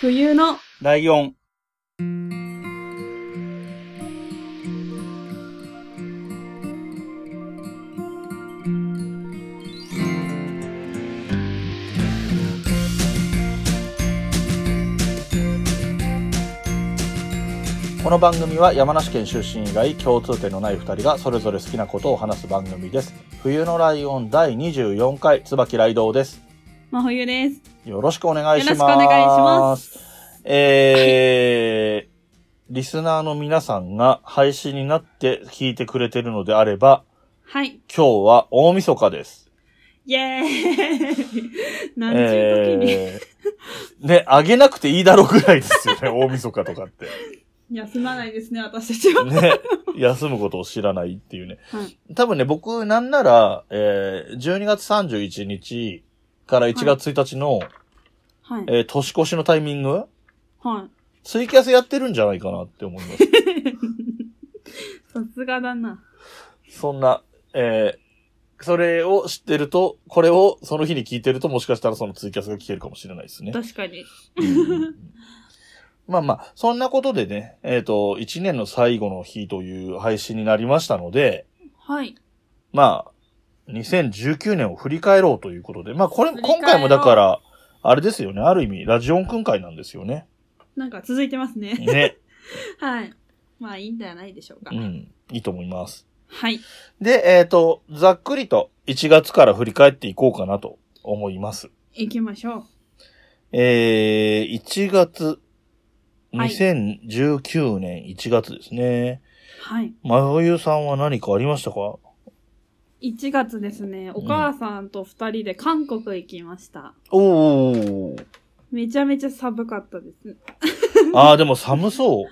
冬のライオン。この番組は山梨県出身以外共通点のない2人がそれぞれ好きなことを話す番組です。冬のライオン第24回、椿雷道です。真冬です。よろしくお願いします。よろしくお願いします。えー、リスナーの皆さんが配信になって聞いてくれてるのであれば、はい。今日は大晦日です。イェーイ何十時に、えーね、あげなくていいだろうぐらいですよね、 大晦日とかって。休まないですね、私たちは。ね、休むことを知らないっていうね。はい多分ね、僕なんなら、えー、12月31日から1月1日の、はい。えー年越しのタイミング、はい。ツイキャスやってるんじゃないかなって思います。さすがだな。そんな、えーそれを知ってると、これをその日に聞いてると、もしかしたらそのツイキャスが聞けるかもしれないですね。確かに。 うんまあまあ、そんなことでね、えっ、と、1年の最後の日という配信になりましたので、はい。まあ、2019年を振り返ろうということで、まあこれ、振り返ろ今う回もだから、あれですよね、ある意味、ラジオン訓会なんですよね。なんか続いてますね。 ね。はい。まあいいんじゃないでしょうか。うん、いいと思います。はい。で、えっ、と、ざっくりと1月から振り返っていこうかなと思います。行きましょう。えー、1月、はい2019年1月ですね。はい。真冬さんは何かありましたか1月ですね、お母さんと2人で韓国行きました。おー。めちゃめちゃ寒かったです。あー、でも寒そ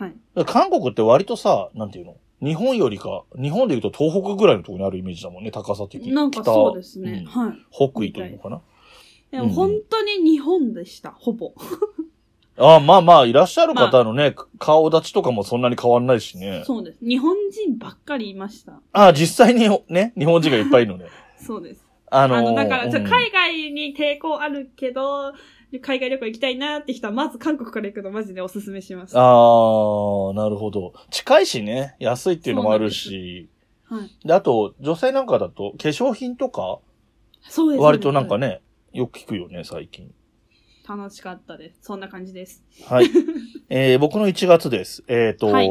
はい。う。韓国って割とさ、なんていうの日本よりか、日本で言うと東北ぐらいのところにあるイメージだもんね、高さ的に。なんかそうですね。北はい。うん北緯というのかな。でも本当に日本でした、ほぼ。あーまあまあ、いらっしゃる方のね、顔立ちとかもそんなに変わんないしね。そうです。日本人ばっかりいました。あー実際にね、日本人がいっぱいいるのね。そうです。あ あの、のーだから、ちょうん海外に抵抗あるけど、海外旅行行きたいなって人は、まず韓国から行くのマジでおすすめします。はああ、なるほど。近いしね、安いっていうのもあるし。い。であと、女性なんかだと、化粧品とか、そうです。割となんかね。ね、よく聞くよね、最近。楽しかったです。そんな感じです。はい。えー、僕の1月です。えっ、と、はい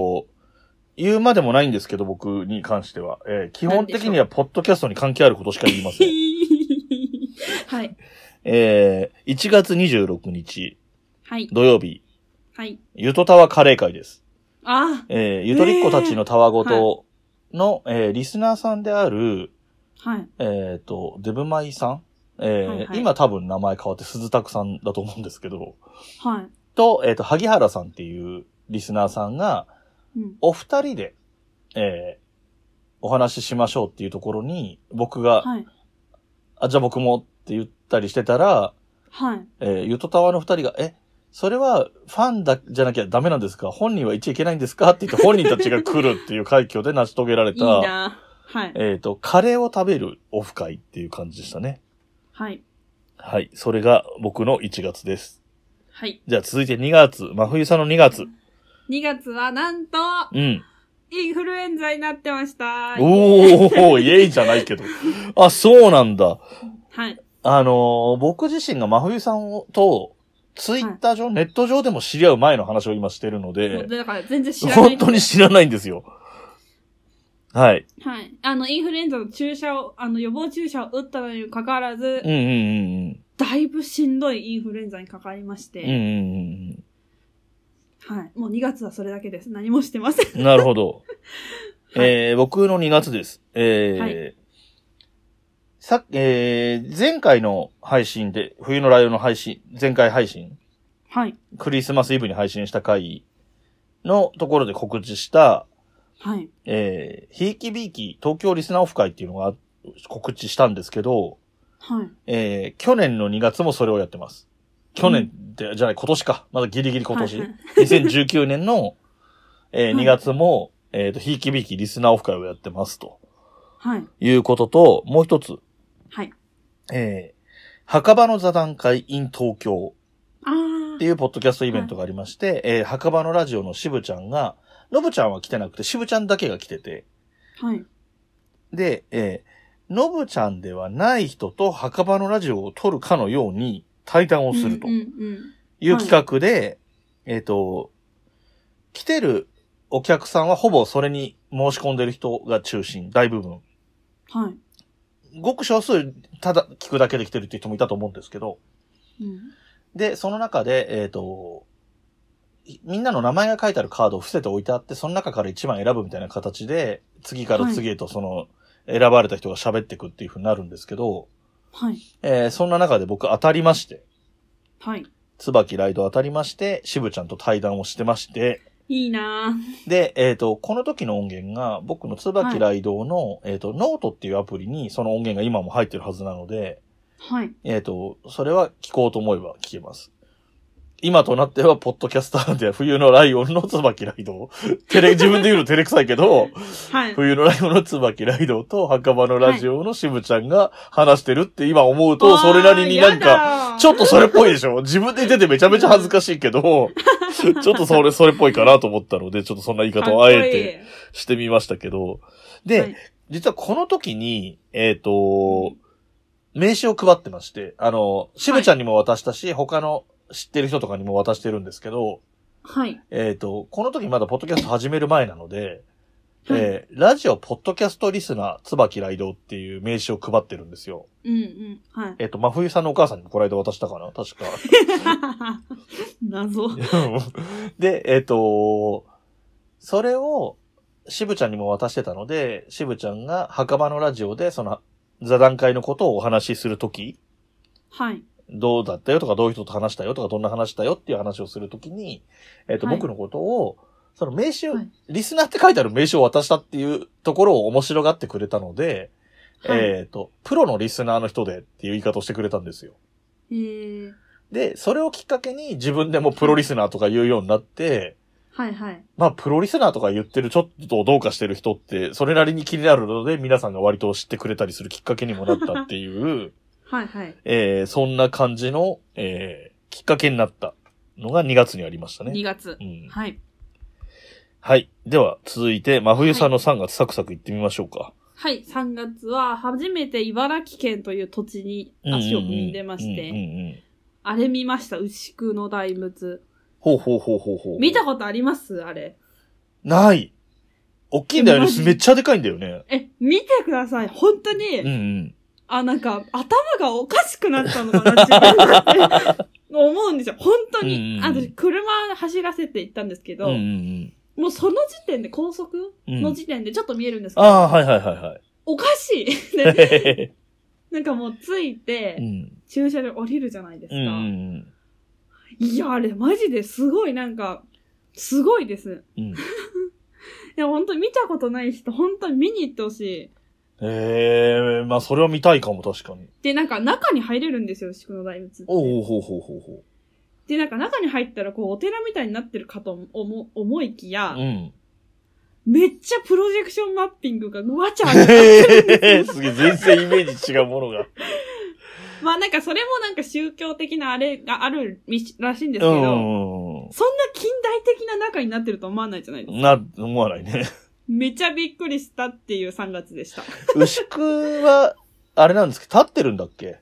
言うまでもないんですけど、僕に関しては。えー基本的には、ポッドキャストに関係あることしか言いません。 はい。えー、1月26日、はい。土曜日、はい。ゆとたわカレー会です。あえー、ゆとりっ子たちのたわごとの、えーリスナーさんである、あ、はい。えっ、と、デブマイさん。えーはいはい今多分名前変わって鈴拓さんだと思うんですけど、はと、えっ、と、萩原さんっていうリスナーさんが、い。うん。お二人で、えーお話ししましょうっていうところに、僕が、はい。あ、じゃあ僕もって言ったりしてたら、はい。えーゆとたわの二人が、え、それはファンだ、じゃなきゃダメなんですか本人は言っちゃいけないんですかって 言って本人たちが来るっていう快挙で成し遂げられいいた、なはい。えっ、と、カレーを食べるオフ会っていう感じでしたね。はい。はい。それが僕の1月です。はい。じゃあ続いて2月。真冬さんの2月。 2月はなんと、うん。インフルエンザになってました。おー、イエイじ ゃないけど。あ、そうなんだ。はい。あのー僕自身が真冬さんをと、ツイッター上、ネット上でも知り合う前の話を今してるのもうで、だから全然知らない。本当に知らないんですよ。はい。はい。あの、インフルエンザの注射を、あの、予防注射を打ったのにもかかわらず、うんうんうんだいぶしんどいインフルエンザにかかりましうん。うんて、うんはい。もう2月はそれだけです。何もしてません。 うん。なるほど。えー、僕の2月です。えはーさえー前回の配信で、冬のライオンの配信、前回配信、はい。クリスマスイブに配信した回のところで告知した、はい。えー、ひいきびいき東京リスナーオフ会っていうのが告知したんですけど、はい。えー、去年の2月もそれをやってます。去年って、じゃない、今年か。まだギリギリ今年。はいはい2019年の、えーはい2月も、えっ、と、ひいきびいきリスナーオフ会をやってますと。はい。いうことと、もう一つ、はい。えー、墓場の座談会 in 東京あー、っていうポッドキャストイベントがありまして、えー墓場のラジオのしぶちゃんが、のぶちゃんは来てなくて、しぶちゃんだけが来てて、はい。で、えーのぶちゃんではない人と墓場のラジオを撮るかのように対談をするとうんうんいう企画で、えっ、と、来てるお客さんはほぼそれに申し込んでる人が中心、大部分。うん。はい。ごく少数、ただ聞くだけで来てるっていう人もいたと思うんですけど、うんで、その中で、えっ、と、いみんなの名前が書いてあるカードを伏せて置いてあって、その中から1枚選ぶみたいな形で、次から次へとその、選ばれた人が喋ってくっていう風になるんですけど、はい。えーそんな中で僕当たりまして、はい。椿ライド当たりまして、渋ちゃんと対談をしてまして、いいなぁ。で、えっ、と、この時の音源が、僕の椿ライドの、えっ、と、ノートっていうアプリにその音源が今も入ってるはずなので、はい。えっ、と、それは聞こうと思えば聞けます。今となっては、ポッドキャスターで冬のライオンの椿ライ ド。照れ、自分で言うの照れくさいけど、はい。冬のライオンの椿ライドと墓場のラジオのしぶちゃんが話してるって今思うと、それなりになんか、かちょっとそれっぽいでしょ自分で言っててめちゃめちゃ恥ずかしいけど、ちょっとそれ、それっぽいかなと思ったので、ちょっとそんな言いかっ方をこあいいえてしてみましたけど。で、はい実はこの時に、えっ、と、名刺を配ってまして、あの、しぶちゃんにも渡したし、他の知ってる人とかにも渡してるんですけど、はい。えっ、と、この時まだポッドキャスト始める前なので、はいえーラジオポッドキャストリスナー、椿雷道っていう名刺を配ってるんですよ。うんうん。はい。えっ、と、真冬さんのお母さんにもこの間渡したかな確か。 謎。で、えっ、と、それを、しぶちゃんにも渡してたので、しぶちゃんが墓場のラジオで、その、座談会のことをお話しするとき、はい。どうだったよとか、どういう人と話したよとか、どんな話したよっていう話をするときに、えっ、と、はい僕のことを、その名刺を、はいリスナーって書いてある名刺を渡したっていうところを面白がってくれたので、はい。えっ、と、プロのリスナーの人でっていう言い方をしてくれたんですよ。えー、で、それをきっかけに自分でもプロリスナーとか言うようになって、はいはい。まあ、プロリスナーとか言ってるちょっとどうかしてる人って、それなりに気になるので、皆さんが割と知ってくれたりするきっかけにもなったっていう、はいはい。えー、そんな感じの、えー、きっかけになったのが2月にありましたね。 2月う。ん、はい。はい。では、続いて、真冬さんの3月サクサク行ってみましょうか。はい。3月は初めて茨城県という土地にうんうんうん足を踏み出ましうんうて、んうんあれ見ました。牛久の大仏。ほうほうほうほうほう。見たことありますあれ。ない大きいんだよえねマ。ジめっちゃでかいんだよね。え、見てください。本当に、うんうん。あ、なんか、頭がおかしくなったのかな、自分でって 思うんですよ。本当うんうに。んあの、車走らせて行ったんですけうど、んうんうん。もうその時点で、高速うんの時点でちょっと見えるんですけど、ああ、はいはいは おかしいいはでい。なんかもう着いうて、ん。駐車場降りるじゃないですうか。んうんいや、あれマジですごい、なんか、すごいです。うん。うんいや、本当に見たことない人、本当に見に行ってほしい。ええまあそれは見たいかも確かに。で、なんか中に入れるんですよ、宿の大仏って。おうほうほうほうほで、なんか中に入ったら、こう、お寺みたいになってるかと思、思いきやう。う、ん。めっちゃプロジェクションマッピングがわちゃわちゃ。 へえすげえ、全然イメージ違うものが。まあなんかそれもなんか宗教的なあれがあるみしらしいんですけうど、んうんそんな近代的な中になってると思わないじゃないですか。うん。な、思わないね。めちゃびっくりしたっていう3月でした。牛久は、あれなんですけど、立ってるんだっけ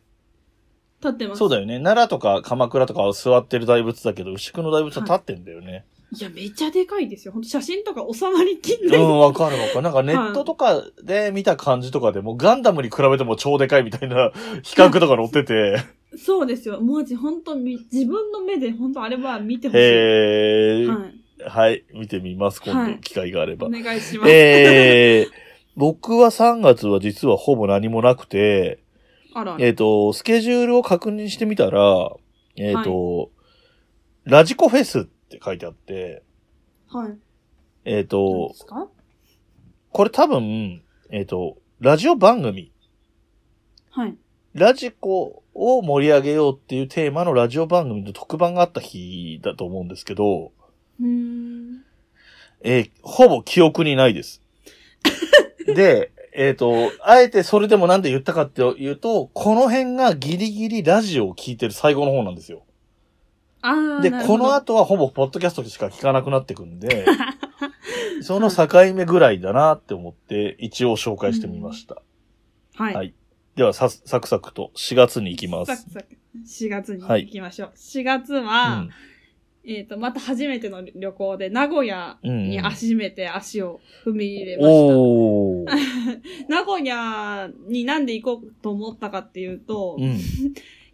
立ってます。そうだよね。奈良とか鎌倉とかは座ってる大仏だけど、牛久の大仏は立ってんだよね。いや、めちゃでかいですよ。ほんと写真とか収まりきんうない。ん、わかるわかる。なんかネットとかで見た感じとかでも、ガンダムに比べても超でかいみたいな 比較とか載ってて。そうですよ。マジほんとみ自分の目でほんとあれは見てほしい。へえ、はい。はい、見てみます、今は度、い機会があればお。願いし ます。ええ僕は3月は実はほぼ何もなくて、あら。えっ、と、スケジュールを確認してみたら、えっ、と、ラジコフェスって書いてあって、はい。えっ、どうとで、すかこれ多分、えっ、と、ラジオ番組、はい。ラジコを盛り上げようっていうテーマのラジオ番組の特番があった日だと思うんですけど、うーん。えーほぼ記憶にない です。で、えっ、と、あえてそれでもなんで言ったかっていうと、この辺がギリギリラジオを聞いてる最後の方なんですよ。ああ。で、なるこほどの後はほぼポッドキャストしか聞かなくなってく んで、その境目ぐらいだなって思って、一応紹介してみました。はい。はいでは、さ、サクサクと4月に行きまサクす。サク。4月にはい行きましょう。4月うは、ん。えっ、と、また初めての旅行で、名古屋うんうんに初めて足を踏み入れました。おー。名古屋になんで行こうと思ったかっていうと、 うん。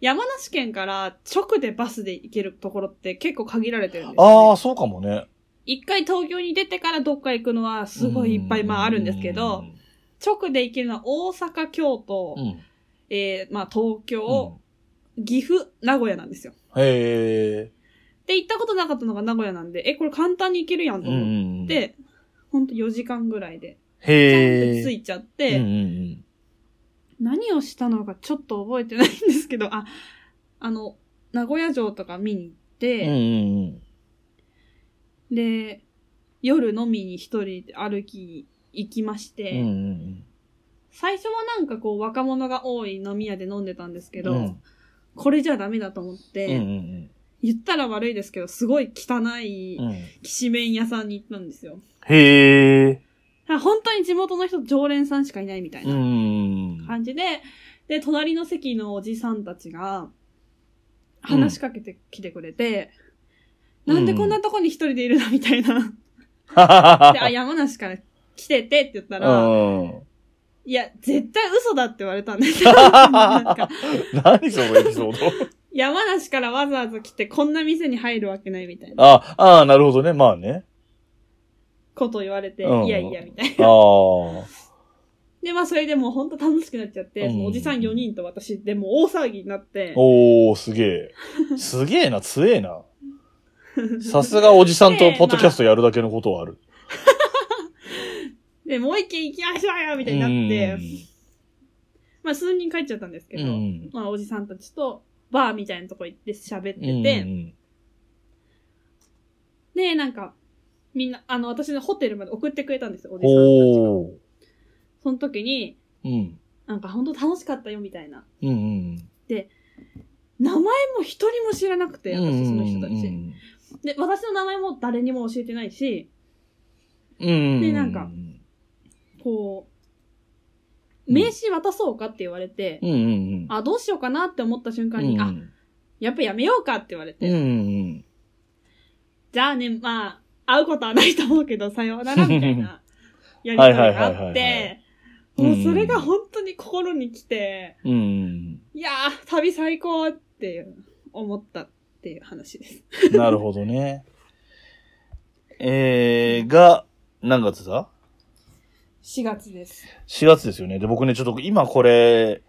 山梨県から直でバスで行けるところって結構限られてるんですよ、あね。あ、そうかもね。一回東京に出てからどっか行くのはすごいいっぱいまああるんですけど、直で行けるのは大阪、京都、うん、うん。えーまあ東京、う岐阜、名古屋なんですよ。んへえ。で、行ったことなかったのが名古屋なんで、え、これ簡単に行けるやんとうんうん思っうん。て、ほんと4時間ぐらいで、ちゃんへとえ。着いいちゃって、うんうん何をしたのかちょっと覚えてないんですけど、あ、あの、名古屋城とか見に行っうん。うんて、うんうん。で、夜飲みに一人で歩き行きまして、うんうん最初はなんかこう若者が多い飲み屋で飲んでたんですけど、うんこれじゃダメだと思って、うん。うんうん言ったら悪いですけど、すごい汚いうんうん。きしめん屋さんに行ったんですよ。へえ。あ本当に地元の人、常連さんしかいないみたいうんなうんうん。感じで、で、隣の席のおじさんたちが、話しかけてきてくれて、うんなんでこんなとこに一人でいるのみたいな。はははで、あ、山梨から来ててって言ったら、は。いや、絶対嘘だって言われたん ですよ。なんか、うん。何そのエピソード山梨からわざわざ来てこんな店に入るわけないみたいなあ、ああ、なるほどね。まあね。ことを言われて、うんいやいや、みたいな。ああ。で、まあそれでもうほんと楽しくなっちゃって、うんそのおじさん4人と私でもう大騒ぎになって、おー、すげえ。すげえな、強えな。さすがおじさんとポッドキャストやるだけのことはある。 で、もう一軒行きましょうよみたいになって、まあ数人帰っちゃったんですけうんど、うん。まあおじさんたちとバーみたいなとこ行って喋ってて、うんうんで、なんか、みんな、あの、私のホテルまで送ってくれたんですよ、おじさんたちが。おー。その時に、うん。なんか本当楽しかったよみたいな。うんうん。名前も一人も知らなくて、私その人たち。うんで、私の名前も誰にも教えてないし、うん。でなんかこう、名刺渡そうかって言われて、うんうんうん。あ、どうしようかなって思った瞬間うに、んあ、やっぱやめようかって言われて、うんうん。じゃあね、まあ、会うことはないと思うけど、さようなら、みたいな、やりとりがはいはいはいあはっいはて、もうそれうがん本当に心に来て、うんうんいやー、旅最高っていう、思ったっていう話です。うん。なるほどね。えー、が、何月だ4月です。 4月ですよね。で、僕ね、ちょっと今これ、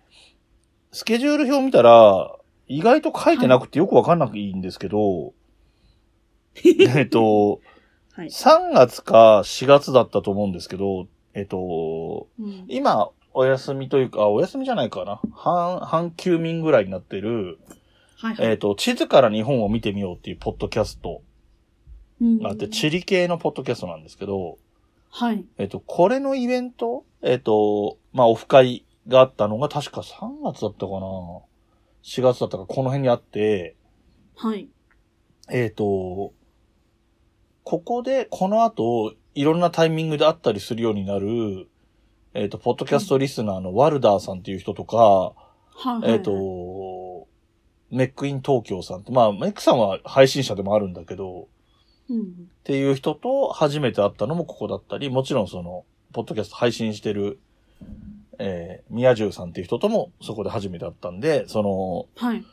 スケジュール表見たら、意外と書いてなくてよくわかんなくいいんですけど、 えっと、はい。 3月か4月だったと思うんですけど、えっと、うん今、お休みというか、あお休みじゃないかな。半、半休眠ぐらいになってる、はいはい。えっと、地図から日本を見てみようっていうポッドキャストうんがあって、地理系のポッドキャストなんですけど、はい。えっと、これのイベントえっと、まあ、オフ会があったのが確か3月だったかな ?4 月だったか、この辺にあって、はい。えっと、ここで、この後、いろんなタイミングで会ったりするようになる、えっと、ポッドキャストリスナーのワルダーさんっていう人とか、はい。えっと、メックイン東京さんって、まあ、メックさんは配信者でもあるんだけど、うん。っていう人と初めて会ったのもここだったり、もちろんその、ポッドキャスト配信してる、えー、宮中さんっていう人ともそこで初めて会ったんで、その、はい。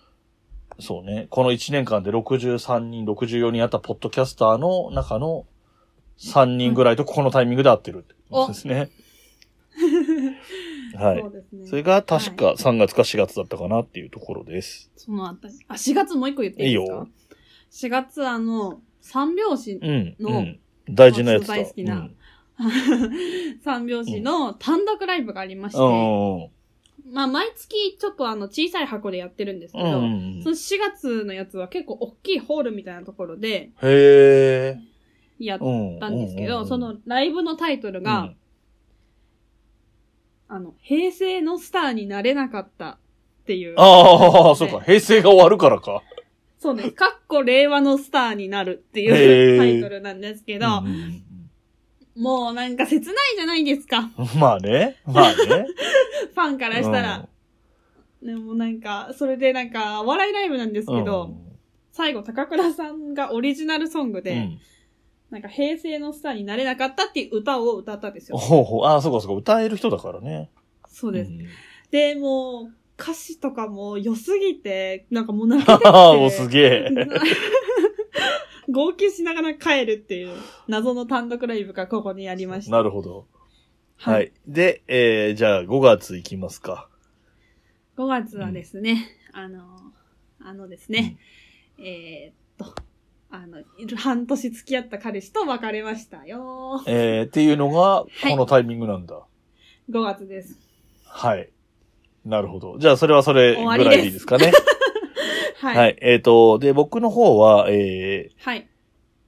そうね、この1年間で63人、64人あったポッドキャスターの中の3人ぐらいとここのタイミングで会ってるってことですね。 はいそ。うですね。それが確か3月か4月だったかなっていうところです。そのあたり。あ、4月もう一個言っていいですかいいよ ?4 月あの、三拍子、うん。うのん。大事なやつだ。私の大好きなうん 三拍子の単独ライブがありまして、うんうんまあ毎月ちょっとあの小さい箱でやってるんですけうん。うど、んうんその4月のやつは結構大きいホールみたいなところでへーやっうん。たんですけど、うううそのライブのタイトルが、うんあの、平成のスターになれなかったっていう。ああ、そうか。平成が終わるからか。そうです。かっこ令和のスターになるってへいーうタイトルなんですけどう、んうんもうなんか切ないじゃないですか。 うんまあね。まあね。ファンからしたら。でもなんか、それでなんか、笑いライブなんですうんけど、最後高倉さんがオリジナルソングうで、ん。なんか平成のスターになれなかったっていう歌を歌ったんですよ。ほうほう。ああ、そうかそうか。歌える人だからね。そうです。んで、もう、歌詞とかも良すぎて、なんかもう泣けてきて。ああ、もうすげえ。号泣しながら帰るっていう謎の単独ライブがここにありました。なるほど。はいはい。で、えー、じゃあ5月行きますか。 5月はですね、あの、あのですね、えーっと、あの、半年付き合った彼氏と別れましたよ。えー、っていうのが、いこのタイミングなんだ。 5月です。はい。なるほど。じゃあ、それはそれぐらいでいいですかね。は。はいい、えっ、と、で、僕の方は、えー、はい。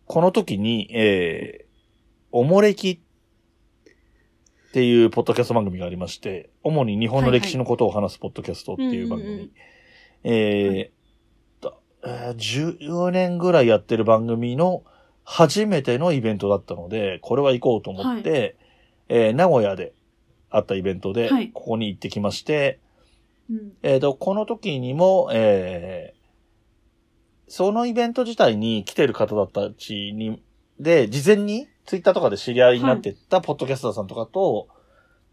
この時に、えー、おもれきっていうポッドキャスト番組がありまして、主に日本の歴史のことを話すポッドキャストっていう番うんうんうん組。えーだえー、10年ぐらいやってる番組の初めてのイベントだったので、これは行こうと思って、えー名古屋であったイベントではい、ここに行ってきまして、うん。えー、と、この時にも、えーそのイベント自体に来てる方たちに、で、事前に、ツイッターとかで知り合いになってった、ポッドキャスターさんとかと、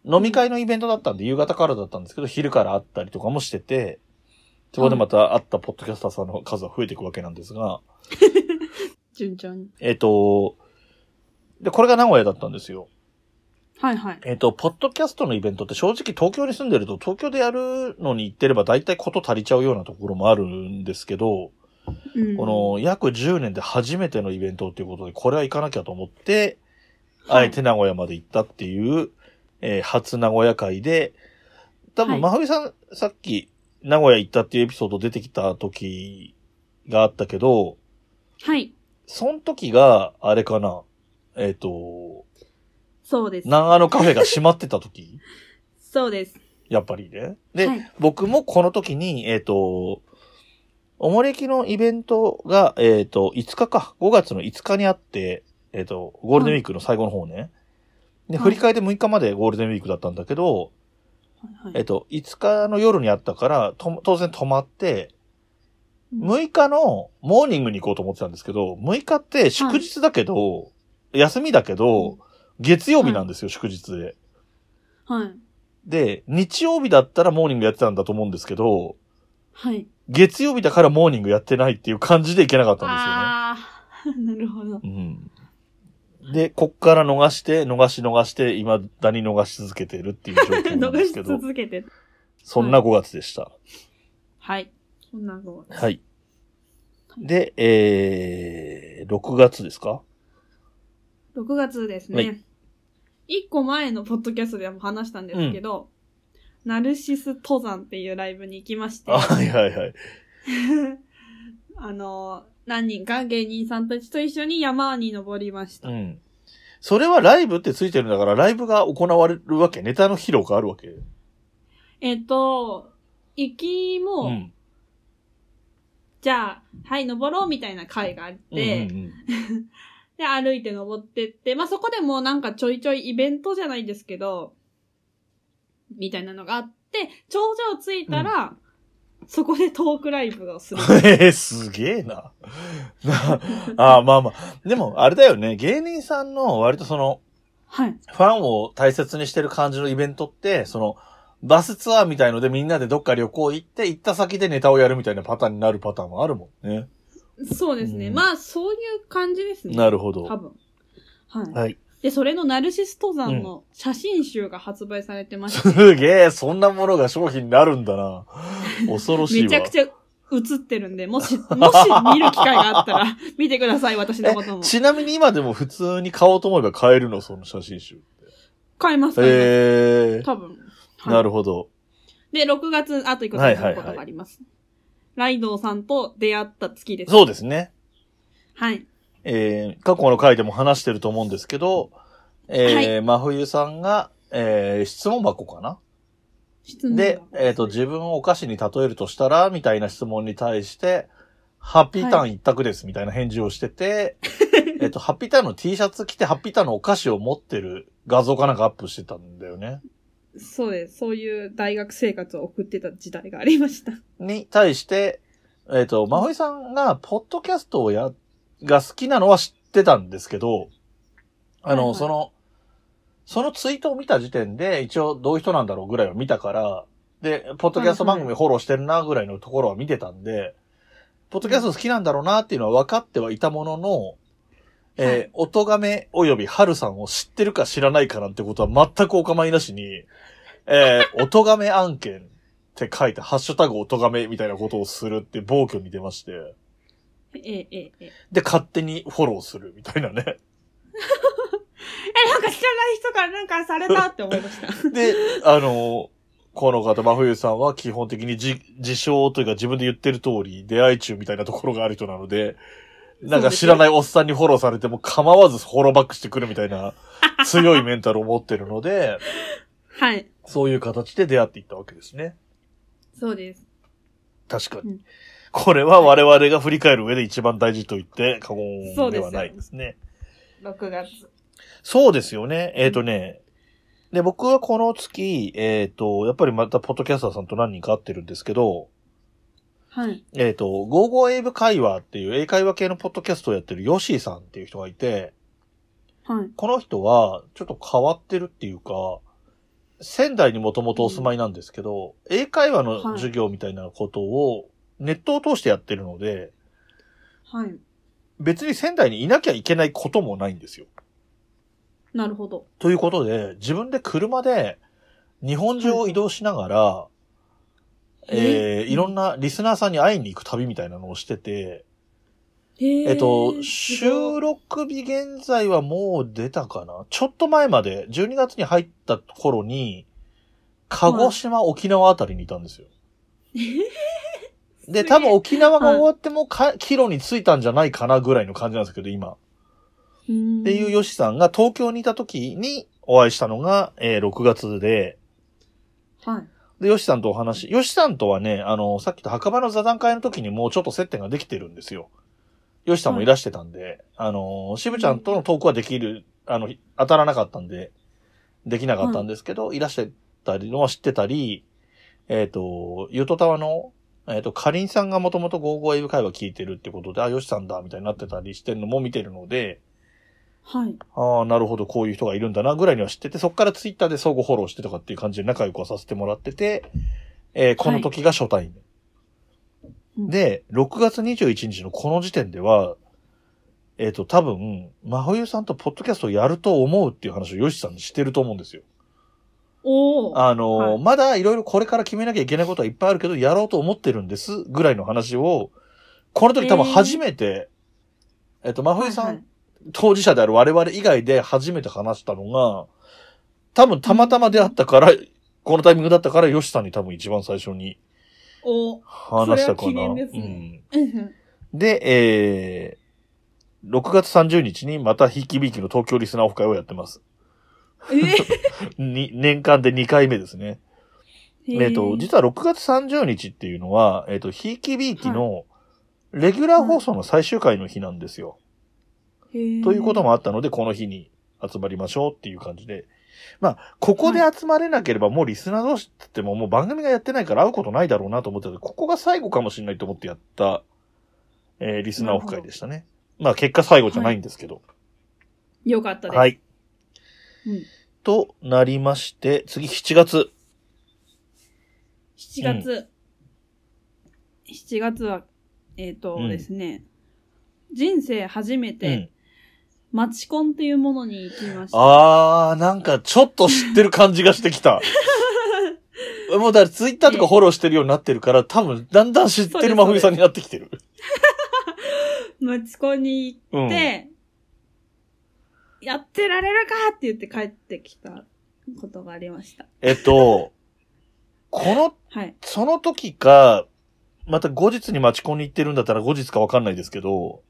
飲み会のイベントだったんで、夕方からだったんですけど、昼から会ったりとかもしてて、そこでまた会ったポッドキャスターさんの数は増えていくわけなんですが、順調に。えっ、と、で、これが名古屋だったんですよ。はいはい。えっ、と、ポッドキャストのイベントって正直東京に住んでると東京でやるのに行ってれば大体こと足りちゃうようなところもあるんですけど、うん、この約10年で初めてのイベントっていうことでこれは行かなきゃと思って、はいあえて名古屋まで行ったっていう、えー初名古屋会で、多は分、いまふみさん、さっき名古屋行ったっていうエピソード出てきた時があったけど、はい。その時が、あれかな、えっ、と、そうです。長野カフェが閉まってた時そうです。やっぱりね。で、はい。僕もこの時に、えっ、と、おもれきのイベントが、えっ、と、5日か、5月の5日にあって、えっ、と、ゴールデンウィークの最後の方ね。で、はい振り替えで6日までゴールデンウィークだったんだけど、はいえっ、と、5日の夜にあったから、と当然泊まって、6日のモーニングに行こうと思ってたんですけど、6日って祝日だけど、休みだけど、月曜日なんですよ、祝日で。はい。で、日曜日だったらモーニングやってたんだと思うんですけど、はい。月曜日だからモーニングやってないっていう感じでいけなかったああー、な るほど。んですよね。うん。で、こっから逃して、逃し逃して、未だに逃し続けてるっていう状況な 逃んですしけど、続けて。そんな5月でした。はい。そんなの。はい。で、えー、6月ですか6月ですはね。一1個前のポッドキャストでも話したんですけど、ナルシス登山っていうライブに行きましてあ、、はいはいはい。 あの、何人か芸人さんたちと一緒に山に登りました。うん。それはライブってついてるんだから、ライブが行われるわけ、ネタの披露があるわけ。えっと、行きうも、ん。じゃあ、はい、登ろうみたいな会があって、うんで、歩いて登ってって、まあ、そこでもうなんかちょいちょいイベントじゃないですけど、みたいなのがあって、頂上着いたら、そこでトークライブを する。えー、すげえな。 なあーまあまあ。でも、あれだよね。芸人さんの割とその、はい。ファンを大切にしてる感じのイベントって、その、バスツアーみたいのでみんなでどっか旅行行って、行った先でネタをやるみたいなパターンになるパターンもあるもんね。そうですね。うんまあ、そういう感じですね。なるほど。多分。はい。はい。で、それのナルシス登山の写真集が発売されてまして、すげえ、そんなものが商品になるんだな。恐ろしいめわ。ちゃくちゃ写ってるんで、もし、 もし見る機会があった ら、見てください、私のことえも。ちなみに今でも普通に買おうと思えば買えるの、その写真集。買います、買いまへえす。多分。はいなるほど。で、6月、あと1個は大い事なはいはいことがあります。ライドウさんと出会った月です。そうですね。はい。えー過去の回でも話してると思うんですけど、はえー、真冬さんが、えー質問箱かな質問で箱、えっ、と、自分をお菓子に例えるとしたら、みたいな質問に対して、ハッピーターン一択ですみたいな返事をしてて、えっと、ハッピーターンの T シャツ着てハッピーターンのお菓子を持ってる画像かなんかアップしてたんだよね。そうです。そういう大学生活を送ってた時代がありました。 に対して、えっ、と、まほいさんが、ポッドキャストをや、が好きなのは知ってたんですけど、あはいの、はいその、そのツイートを見た時点で、一応どういう人なんだろうぐらいは見たから、で、ポッドキャスト番組フォローしてるなぐらいのところは見てたんで、ポッドキャスト好きなんだろうなっていうのは分かってはいたものの、はえー、おとがめおよびはるさんを知ってるか知らないかなんてことは全くお構いなしに、えー、おとがめ案件って書いて、ハッシュタグおとがめみたいなことをするって暴挙に出まして、ええ、ええ、ええ。で、勝手にフォローするみたいなえ、なね。んか知らない人からなんかされたって思いました。で、あの、この方、真冬さんは基本的に自、自称というか自分で言ってる通り、出会い中みたいなところがある人なので、なんか知らないおっさんにフォローされても構わずフォローバックしてくるみたいな強いメンタルを持ってるので、 はい。そういう形で出会っていったわけですね。そうです。確かに。うんこれは我々が振り返る上で一番大事と言って過言ではないですね。 6月。そうですよね。えっ、とね。で、僕はこの月、えっ、と、やっぱりまたポッドキャスターさんと何人か会ってるんですけど、はい。えっ、と、ゴーゴー英語会話っていう英会話系のポッドキャストをやってるヨッシーさんっていう人がいて、はい。この人はちょっと変わってるっていうか、仙台にもともとお住まいなんですけど、英会話の授業みたいなことをネットを通してやってるので、はい。別に仙台にいなきゃいけないこともないんですよ。なるほど。ということで、自分で車で日本中を移動しながら、えーいろんな、なリスナーさんに会いに行く旅みたいなのをしてて、ええっと、収録日現在はもう出たかなちょっと前まで、12月に入った頃に、鹿児島、沖縄あたりにいたんですよ。で、多分沖縄が終わってもか、帰路に着いたんじゃないかなぐらいの感じなんですけど、今。っっていうヨシさんが東京にいた時にお会いしたのが、えー6月で、はい。で、ヨシさんとお話、ヨシさんとはね、あの、さっきと墓場の座談会の時にもうちょっと接点ができてるんですよ。ヨシさんもいらしてたんで、あの、渋ちゃんとのトークはできる、あの、当たらなかったんで、できなかったんですけど、いらしてたりのは知ってたり、えっ、と、ゆとたわの、えっ、と、かりんさんがもともと55英語会話聞いてるってことで、あ、ヨシさんだ、みたいになってたりしてるのも見てるので、はい。ああ、なるほど、こういう人がいるんだな、ぐらいには知ってて、そっからツイッターで相互フォローしてとかっていう感じで仲良くはさせてもらってて、えーこの時が初対面。うんで、6月21日のこの時点では、えっ、と、多分、真冬さんとポッドキャストをやると思うっていう話をヨシさんにしてると思うんですよ。おー。あのーはいまだいろいろこれから決めなきゃいけないことはいっぱいあるけど、やろうと思ってるんです、ぐらいの話を、この時多分初めて、えっ、と、真冬さはんい当事者である我々以外で初めて話したのが、多分たまたま出会ったから、このタイミングだったから、ヨシさんに多分一番最初に おー。話したかそな。れは記念ですねうんで、えー、6月30日にまたひいきびいきの東京リスナーオフ会をやってます。えに、年間で2回目ですね。 えっ、と、実は6月30日っていうのは、えっ、と、ひいきびいきの、レギュラー放送の最終回の日なんですよ。ということも。もあったので、この日に集まりましょうっていう感じで。まあ、ここで集まれなければ、もうリスナー同士って言っても、もう番組がやってないから会うことないだろうなと思ってたけどここが最後かもしれないと思ってやった、えーリスナーオフ会でしたね。まあ、結果最後じゃないんですけど。よかったはでい。す。うんとなりまして、次7月。 7月。7月は、えっとうんですね、人生初めうてん。マチコンというものに行きました。あー、なんかちょっと知ってる感じがしてき た。もうだからツイッターとかフォローしてるようになってるから、多分だんだん知ってる真冬さんになってきてる。マチコンに行うん。って、やってられるかって言って帰ってきたことがありました。えっと、この、はい。その時か、また後日に待ち込んに行ってるんだったら後日かわかんないですけど、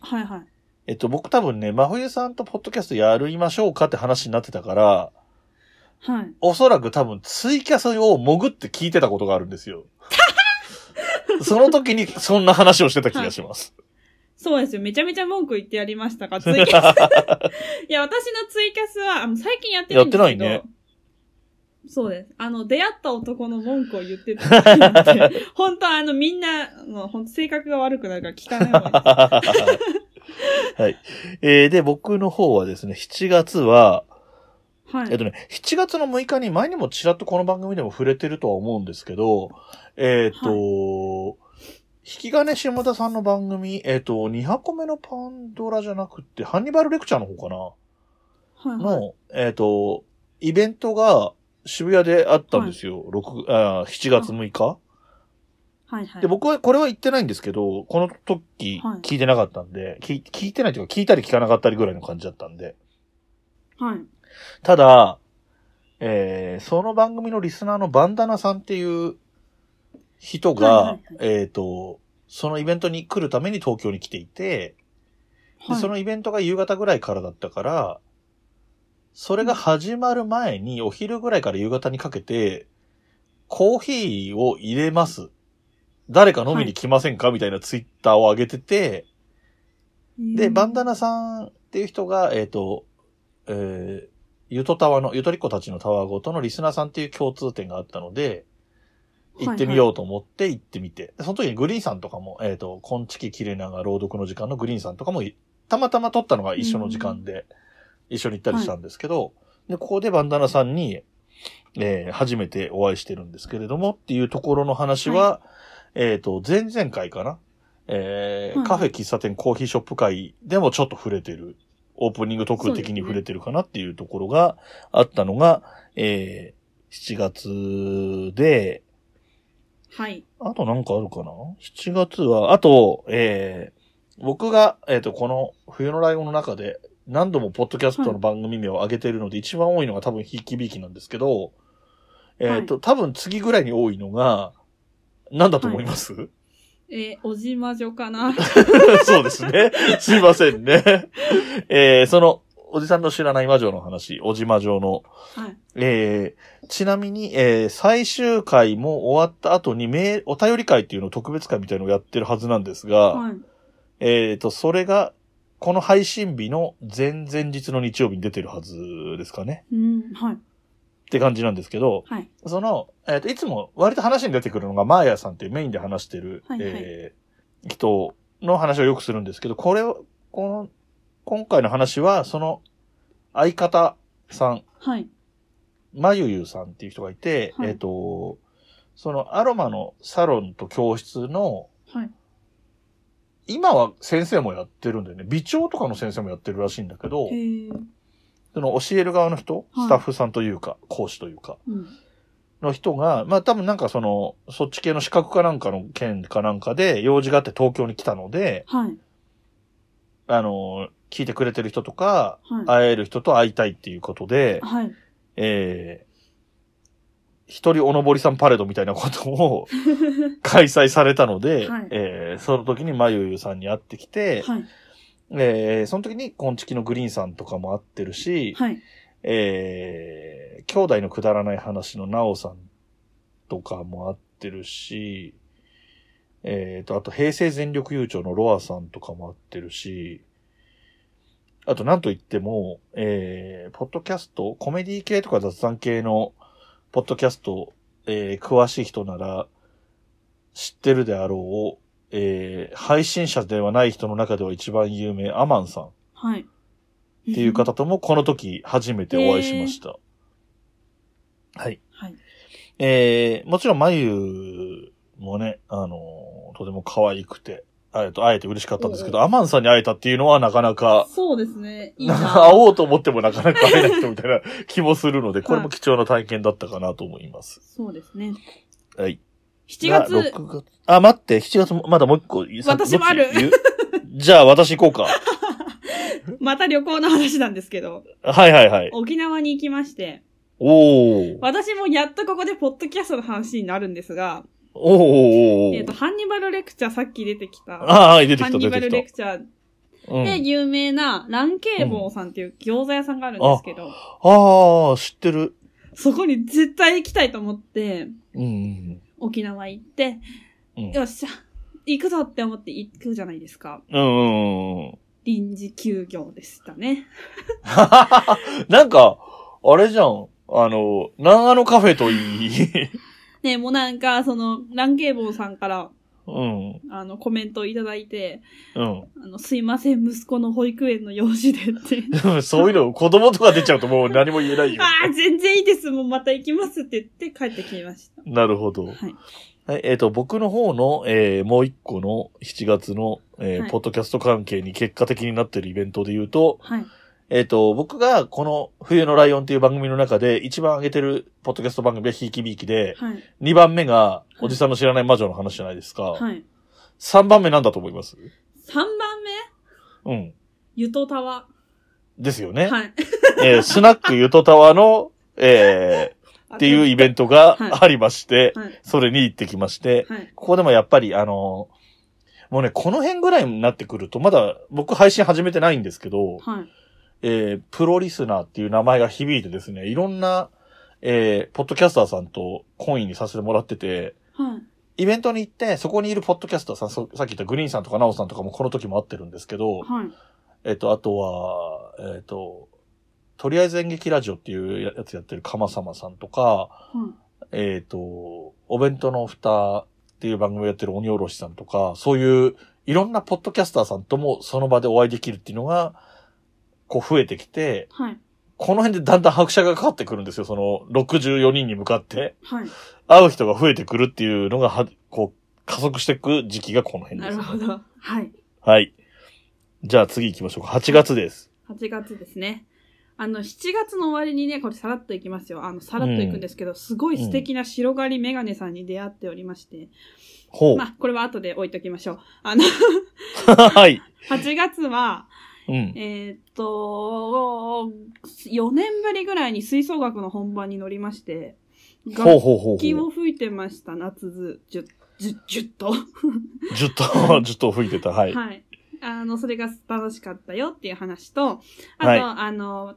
はいはい。えっと、僕多分ね、真冬さんとポッドキャストやりましょうかって話になってたから、はい。 おそらく多分ツイキャスを潜って聞いてたことがあるんですよ。その時にそんな話をしてた気がします。そうですよ。めちゃめちゃ文句言ってやりま したか、 ツイキャス。いや、私のツイキャスは、あの、最近やってないんですけど。やってないね。そうです。あの、出会った男の文句を言ってた。 本当あの、みんな、もう本当性格が悪くなるから聞かない方がいはい。えーで、僕の方はですね、7月は、い。はえっい。とね、7月の6日に前にもちらっとこの番組でも触れてるとは思うんですけど、えっ、と、引き金下田さんの番組、えっ、と、2箱目のパンドラじゃなくて、ハンニバルレクチャーの方かなはいはい。の、えっ、と、イベントが渋谷であったんですよ。六あー7月6日。はいはいで、。僕は、これは言ってないんですけど、この時はい聞いてなかったんで、き聞いてないというか、聞いたり聞かなかったりぐらいの感じだったんで。はい。ただ、えーその番組のリスナーのバンダナさんっていう人が、はいえっ、と、そのイベントに来るために東京に来ていて、はいで、そのイベントが夕方ぐらいからだったから、それが始まる前にお昼ぐらいから夕方にかけて、コーヒーを入れます。誰か飲みに来ませんか、みたいなツイッターを上げてて、で、バンダナさんっていう人が、えっ、と、えー、ゆとたわの、ゆとりっ子たちのタワーごとのリスナーさんっていう共通点があったので、行ってみようと思って行ってみて、その時にグリーンさんとかも、えっ、と、こんちききれなが朗読の時間のグリーンさんとかもい、たまたま撮ったのが一緒の時間で、一緒に行ったりしたんですけど、で、ここでバンダナさんに、えー初めてお会いしてるんですけれどもっていうところの話は、えっ、と、前々回かな。えーはいカフェ、喫茶店、コーヒーショップ会でもちょっと触れてる、オープニング特的に触れてるかなっていうところがあったのが、えー7月で、はい。あとなんかあるかな ?7 月は、あと、えー僕が、えっ、と、この冬のライオンの中で何度もポッドキャストの番組名を上げているので、一番多いのが多分ひいきびいきなんですけど、えっ、と、多分次ぐらいに多いのが、何だと思います、えー、おじまじょか な。そうですね。すいませんね。えーその、おじさんの知らない魔女の話、おじ魔女の。はい。えーちなみに、えー最終回も終わった後にメール、お便り会っていうのを特別会みたいのをやってるはずなんですが、はい。えっ、と、それが、この配信日の前々日の日曜日に出てるはずですかね。うん。はい。って感じなんですけど、はい。その、えっ、と、いつも割と話に出てくるのが、マーヤさんっていうメインで話してる、はいはいえー人の話をよくするんですけど、これを、この、今回の話は、その、相方さん、はい。まゆゆさんっていう人がいて、はいえっ、と、そのアロマのサロンと教室の、はい。今は先生もやってるんだよね。美調とかの先生もやってるらしいんだけど、へえ。その教える側の人、はいスタッフさんというか、講師というか、うん。の人が、まあ多分なんかその、そっち系の資格かなんかの件かなんかで、用事があって東京に来たので、はい。あの、聞いてくれてる人とか、はい。会える人と会いたいっていうことで、はい。えー、一人おのぼりさんパレードみたいなこ とを開催されたので、はいえーその時にまゆゆさんに会ってきて、はい。えーその時にこんちきのグリーンさんとかも会ってるし、はい。えー、兄弟のくだらない話のなおさんとかも合ってるし、えーと、あと平成全力悠長のロアさんとかも合ってるし、あとなんといっても、えー、ポッドキャスト、コメディ系とか雑談系のポッドキャスト、えー、詳しい人なら知ってるであろう、えー、配信者ではない人の中では一番有名、アマンさん。はい。っっていう。方ともこの時初めてお会いしました。 はい。はい。えー、もちろんまゆもね、あのーとても可愛くて、えっと、会えて嬉しかったんですけど、アマンさんに会えたっていうのはなかなか、そうですね。いい なんな。か会おうと思ってもなかなか会えない人みたいな 気もするので、これも貴重な体験だったかなと思います。そうですね。はい。 7月。が6月。あ、待って、7月も、まだもう一個。さ私もあるどっち言うじゃあ私行こうか。また旅行の話なんですけど、はいはいはい。沖縄に行きまして、おー。私もやっとここでポッドキャストの話になるんですが、おーおーおー。えっ、と、ハンニバルレクチャーさっき出てきた、ああ、はい出てハきンた、ニ出バてルきレたク。チャーうん、で有名なランケーボーさんっていう餃子屋さんがあるんですけど、ああ、知ってる。そこに絶対行きたいと思って、うんうん沖縄行って、うん。よっしゃ、行くぞって思って行くじゃないですか。うんうんうんうん。臨時休業でしたね。なんか、あれじゃん。あの、長野カフェといい。 ね、もうなんか、その、ランケーボンさんから、うん。あの、コメントいただいて、うん。あの、すいません、息子の保育園の用事で って。でもそういうの、子供とか出ちゃうともう何も言えないよ。 ああ、全然いいです。もうまた行きますって言って帰ってきました。なるほど。はい。はい、えっ、と、僕の方の、えーもう一個の7月の、えーはいポッドキャスト関係に結果的になってるイベントで言うと、はい。えっ、と、僕がこの冬のライオンという番組の中で一番上げてるポッドキャスト番組はひいきびいきで、はい。 2番目がいおじさんの知らない魔女の話じゃないですか。はい。 3番目なんだと思います3番目、うん。ゆとたわ。ですよね。はい。えースナックゆとたわの、えーっていうイベントがありまして、はい。それに行ってきまして、はい。ここでもやっぱり、あの、もうね、この辺ぐらいになってくると、まだ僕配信始めてないんですけど、はい。えー、プロリスナーっていう名前が響いてですね、いろんな、えー、ポッドキャスターさんと懇意にさせてもらってて、はい。イベントに行って、そこにいるポッドキャスターさん、そさっき言ったグリーンさんとかナオさんとかもこの時も会ってるんですけど、はい。えっ、と、あとは、えっ、と、とりあえず演劇ラジオっていうやつやってるかまさまさんとか、はい。えっ、と、お弁当の蓋っていう番組をやってる鬼おろしさんとか、そういういろんなポッドキャスターさんともその場でお会いできるっていうのが、こう増えてきて、はい。この辺でだんだん拍車がかかってくるんですよ。その64人に向かってはい。会う人が増えてくるっていうのがは、こう加速していく時期がこの辺なです、るほど。はい。はい。じゃあ次行きましょうか。8月です。 8月ですね。あの、7月の終わりにね、これさらっといきますよ。あの、さらっといくんですけど、すごい素敵な白狩りメガネさんに出会っておりまして。ほう。まあ、これは後で置いときましょう。あの、 はい。 8月は、うん。えーっと、4年ぶりぐらいに吹奏楽の本番に乗りまして、ほう楽ほうほうほう。器も吹いてました、夏ず、じゅ、じゅ、じゅっと。ずっと、 ずっと吹いてた。はい。はい。あの、それが楽しかったよっていう話と、あと、はいあの、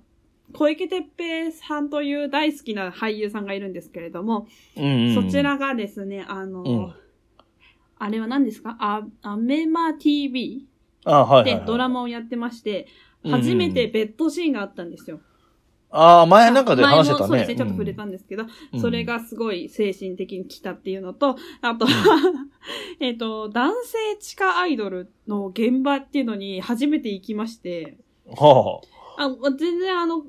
小池徹平さんという大好きな俳優さんがいるんですけれども、うんうん。そち。らがですね、あの、うんあれは何ですかあ、アメマ TV あ、はい、はいではい。ドラマをやってまして、うんうん初めてベッドシーンがあったんですよ。ああ、前なんかで話してた前もね。そうですね、ちょっと触れたんですけど、うんそれ、がすごい精神的に来たっていうのと、あと、 えっと、男性地下アイドルの現場っていうのに初めて行きまして、はあま全然あの、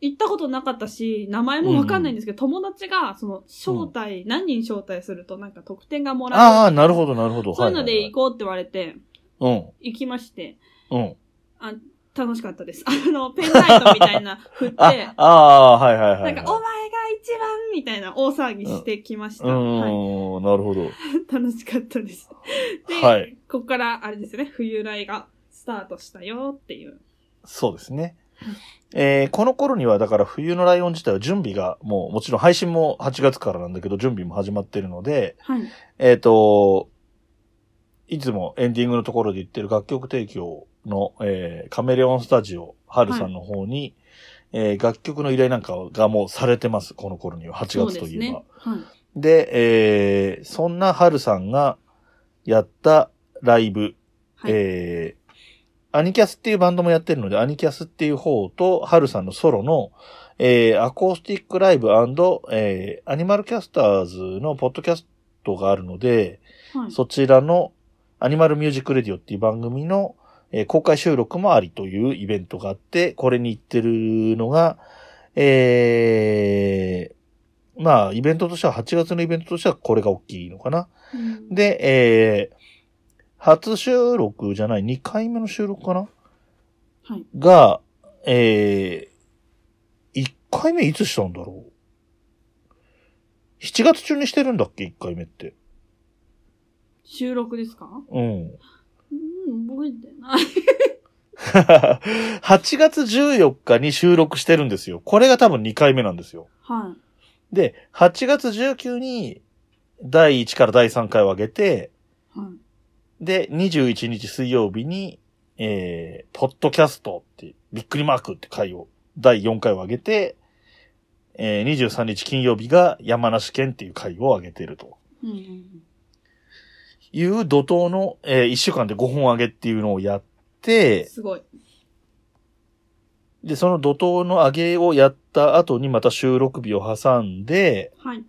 行ったことなかったし、名前もわかんないんですけど、友達が、その、招待、何人招待するとなんか得点がもあ、らえる。ああ、なるほど、なるほど。そういうので行ここうって言われて、う。うん。行きまして、うん。あ、楽しかったです。あ の、ペンライトみた いな振って、あ、ああ、はいはいは。ないんか、お前が一番みたいな大騒ぎしてきました。うはいーん、なるほど。 楽しかった です。で、はいここからあれですよね、冬来がスタートしたよっていう。そうですね。えー、この頃には、だから冬のライオン自体は準備が、もう、もちろん配信も8月からなんだけど、準備も始まってるので、はい。えっ、と、いつもエンディングのところで言ってる楽曲提供の、えーカメレオンスタジオ、ハルさんの方に、えー楽曲の依頼なんかがもうされてます、この頃には、8そう月でとすいえばね。。はい。でえーそんなハルさんがやったライブ、はい。えーアニキャスっていうバンドもやってるので、アニキャスっていう方と、ハルさんのソロの、えーアコースティックライブえーアニマルキャスターズのポッドキャストがあるので、はい。そちらのアニマルミュージックレディオっていう番組の、えー公開収録もありというイベントがあって、これに行ってるのが、えー、まあ、イベントとしては、8月のイベントとしてはこれが大きいのかな。うん、で、えー、初収録じゃない、2回目の収録かなはい。が、えー、1回目いつしたんだろう ?7 月中にしてるんだっけ ?1 回目って。収録ですかうん。 うん、覚えてない。 8月14日に収録してるんですよ。これが多分2回目なんですよ。はで、8月19に第1から第3回を上げて、い。はい。で、21日水曜日に、えー、ポッドキャストって、びっくりマークって回を、第4回を上げて、えー、23日金曜日が山梨県っていう回を上げてると。うんうんうん。いう怒涛の、え1週間で5本上げっていうのをやって、すごい。で、その怒涛の上げをやった後にまた収録日を挟んで、はい。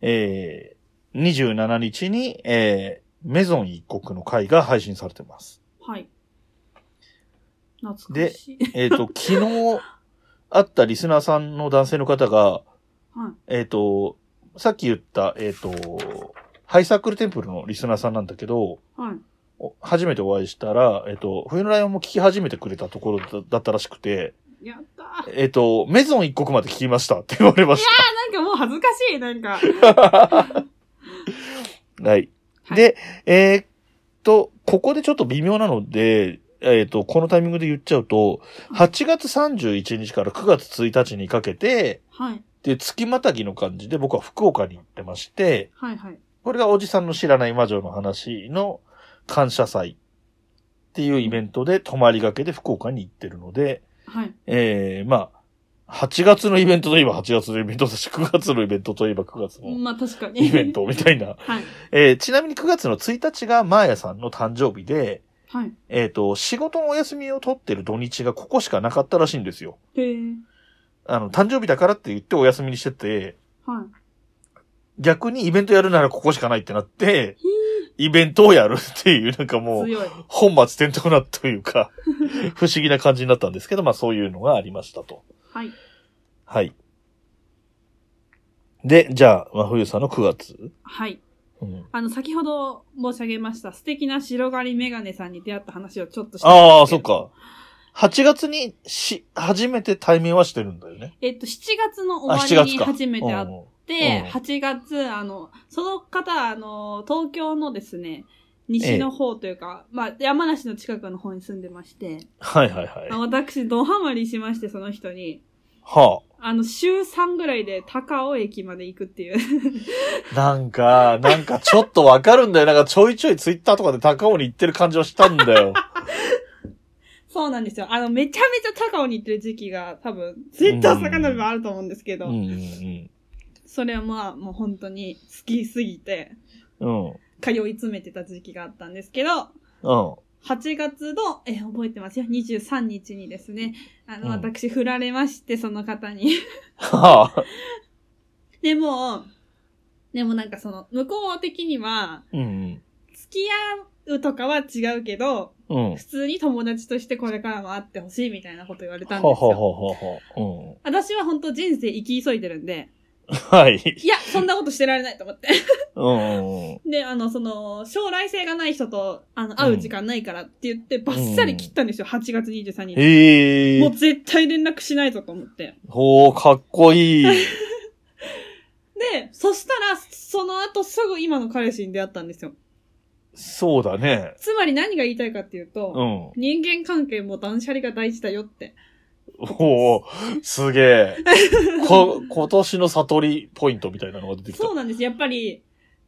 えー、27日に、えー、メゾン一国の回が配信されてます。はい。懐かしい。えっ、と、昨日会ったリスナーさんの男性の方が、はい。えっ、と、さっき言った、えっ、と、ハイサークルテンプルのリスナーさんなんだけど、はい。お初めてお会いしたら、えっ、と、冬のライオンも聞き始めてくれたところだだったらしくて、やったー。えっ、と、メゾン一国まで聞きましたって言われましなんかもう恥ずかしい、なんか。た。はい。はいで、えーっと、ここでちょっと微妙なので、えーっと、このタイミングで言っちゃうと、8月31日から9月1日にかけて、はい。で、月またぎの感じで僕は福岡に行ってまして、はいはい。これがおじさんの知らない魔女の話の感謝祭っていうイベントで泊まりがけで福岡に行ってるので、はい。えー、まあ、8月のイベントといえば8月のイベントだし、9月のイベントといえば9月のまあ確かに。イベン。トみたいな。はい。えーちなみに9月の1日がマーヤさんの誕生日で、はい。えっ、と、仕事のお休みを取ってる土日がここしかなかったらしいんですよ。へえ。あの、誕生日だからって言ってお休みにしてて、はい。逆にイベントやるならここしかないってなって、イベントをやるっていう、なんかもう、強い。本末転倒なというか、 不思議な感じになったんですけど、まあそういうのがありましたと。はい。はい。で、じゃあ、真冬さんの9月。はい。うん、あの、先ほど申し上げました、素敵な白刈りメガネさんに出会った話をちょっとしてああ、そっ。か。8月にし、初めて対面はしてるんだよね。えっと、7月のあ、終わりに初めて会っうんうんて、うん8月、あの、その方、あの、東京のですね、西の方というか、まあ、山梨の近くの方に住んでまして、はいはいはい。あは私、ドハマりしまして、その人に、あの、週3ぐらいで高尾駅まで行くっていう。 あ。なんか、なんかちょっとわかるんだよ。なんかちょいちょいツイッターとかで高尾に行ってる感じはしたんだ よ。そうなんですよ。あの、めちゃめちゃ高尾に行ってる時期が多分、ツイッター遡ればあると思うんですけうど、んうんそれはまあ、もう本当に好きすぎて、うん。うん。通い詰めてた時期があったんですけど、うん。 8月の、え、覚えてますよ。23日にですね、あの、うん私振られまして、その方に。 はあ。でも、でもなんかその、向こう的には、うん付き合うとかは違うけど、うん。うん。普通に友達としてこれからも会ってほしいみたいなこと言われたんですほうよ。ほうほうほうほう。うん。私は本当人生生き急いでるんで、はい。いや、そんなことしてられないと思って。 うんうん。で、あの、その、将来性がない人と、あの、会う時間ないからって言って、バッサリ切ったんですよ、8月23日。ええもうー。絶対連絡しないぞと思って。ほう、かっこいい。で、そしたら、その後すぐ今の彼氏に出会ったんですよ。そうだね。つまり何が言いたいかっていうと、うん。人間関係も断捨離が大事だよって。おお、すげえ。こ、今年の悟りポイントみたいなのが出てきた。そうなんです。やっぱり、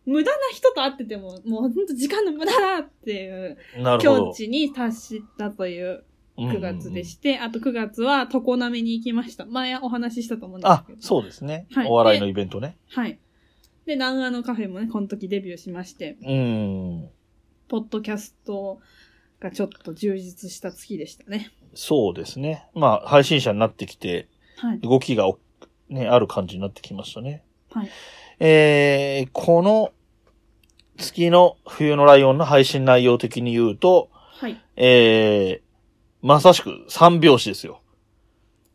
無駄な人と会ってても、もうほんと時間の無駄だっていうなるほど境。地に達したという9 9月でして、あと9月は常滑に行きました。前お話ししたと思うんですあけ、ど。そうですね。はいお笑いのイベントね。はい。で、南アのカフェもね、この時デビューしまして、うーん。ポッドキャストがちょっと充実した月でしたね。そうですね。まあ、配信者になってきて、はい。動きがお、ね、ある感じになってきましたね。はい。えー、この月の冬のライオンの配信内容的に言うと、はい。えー、まさしく三拍子ですよ。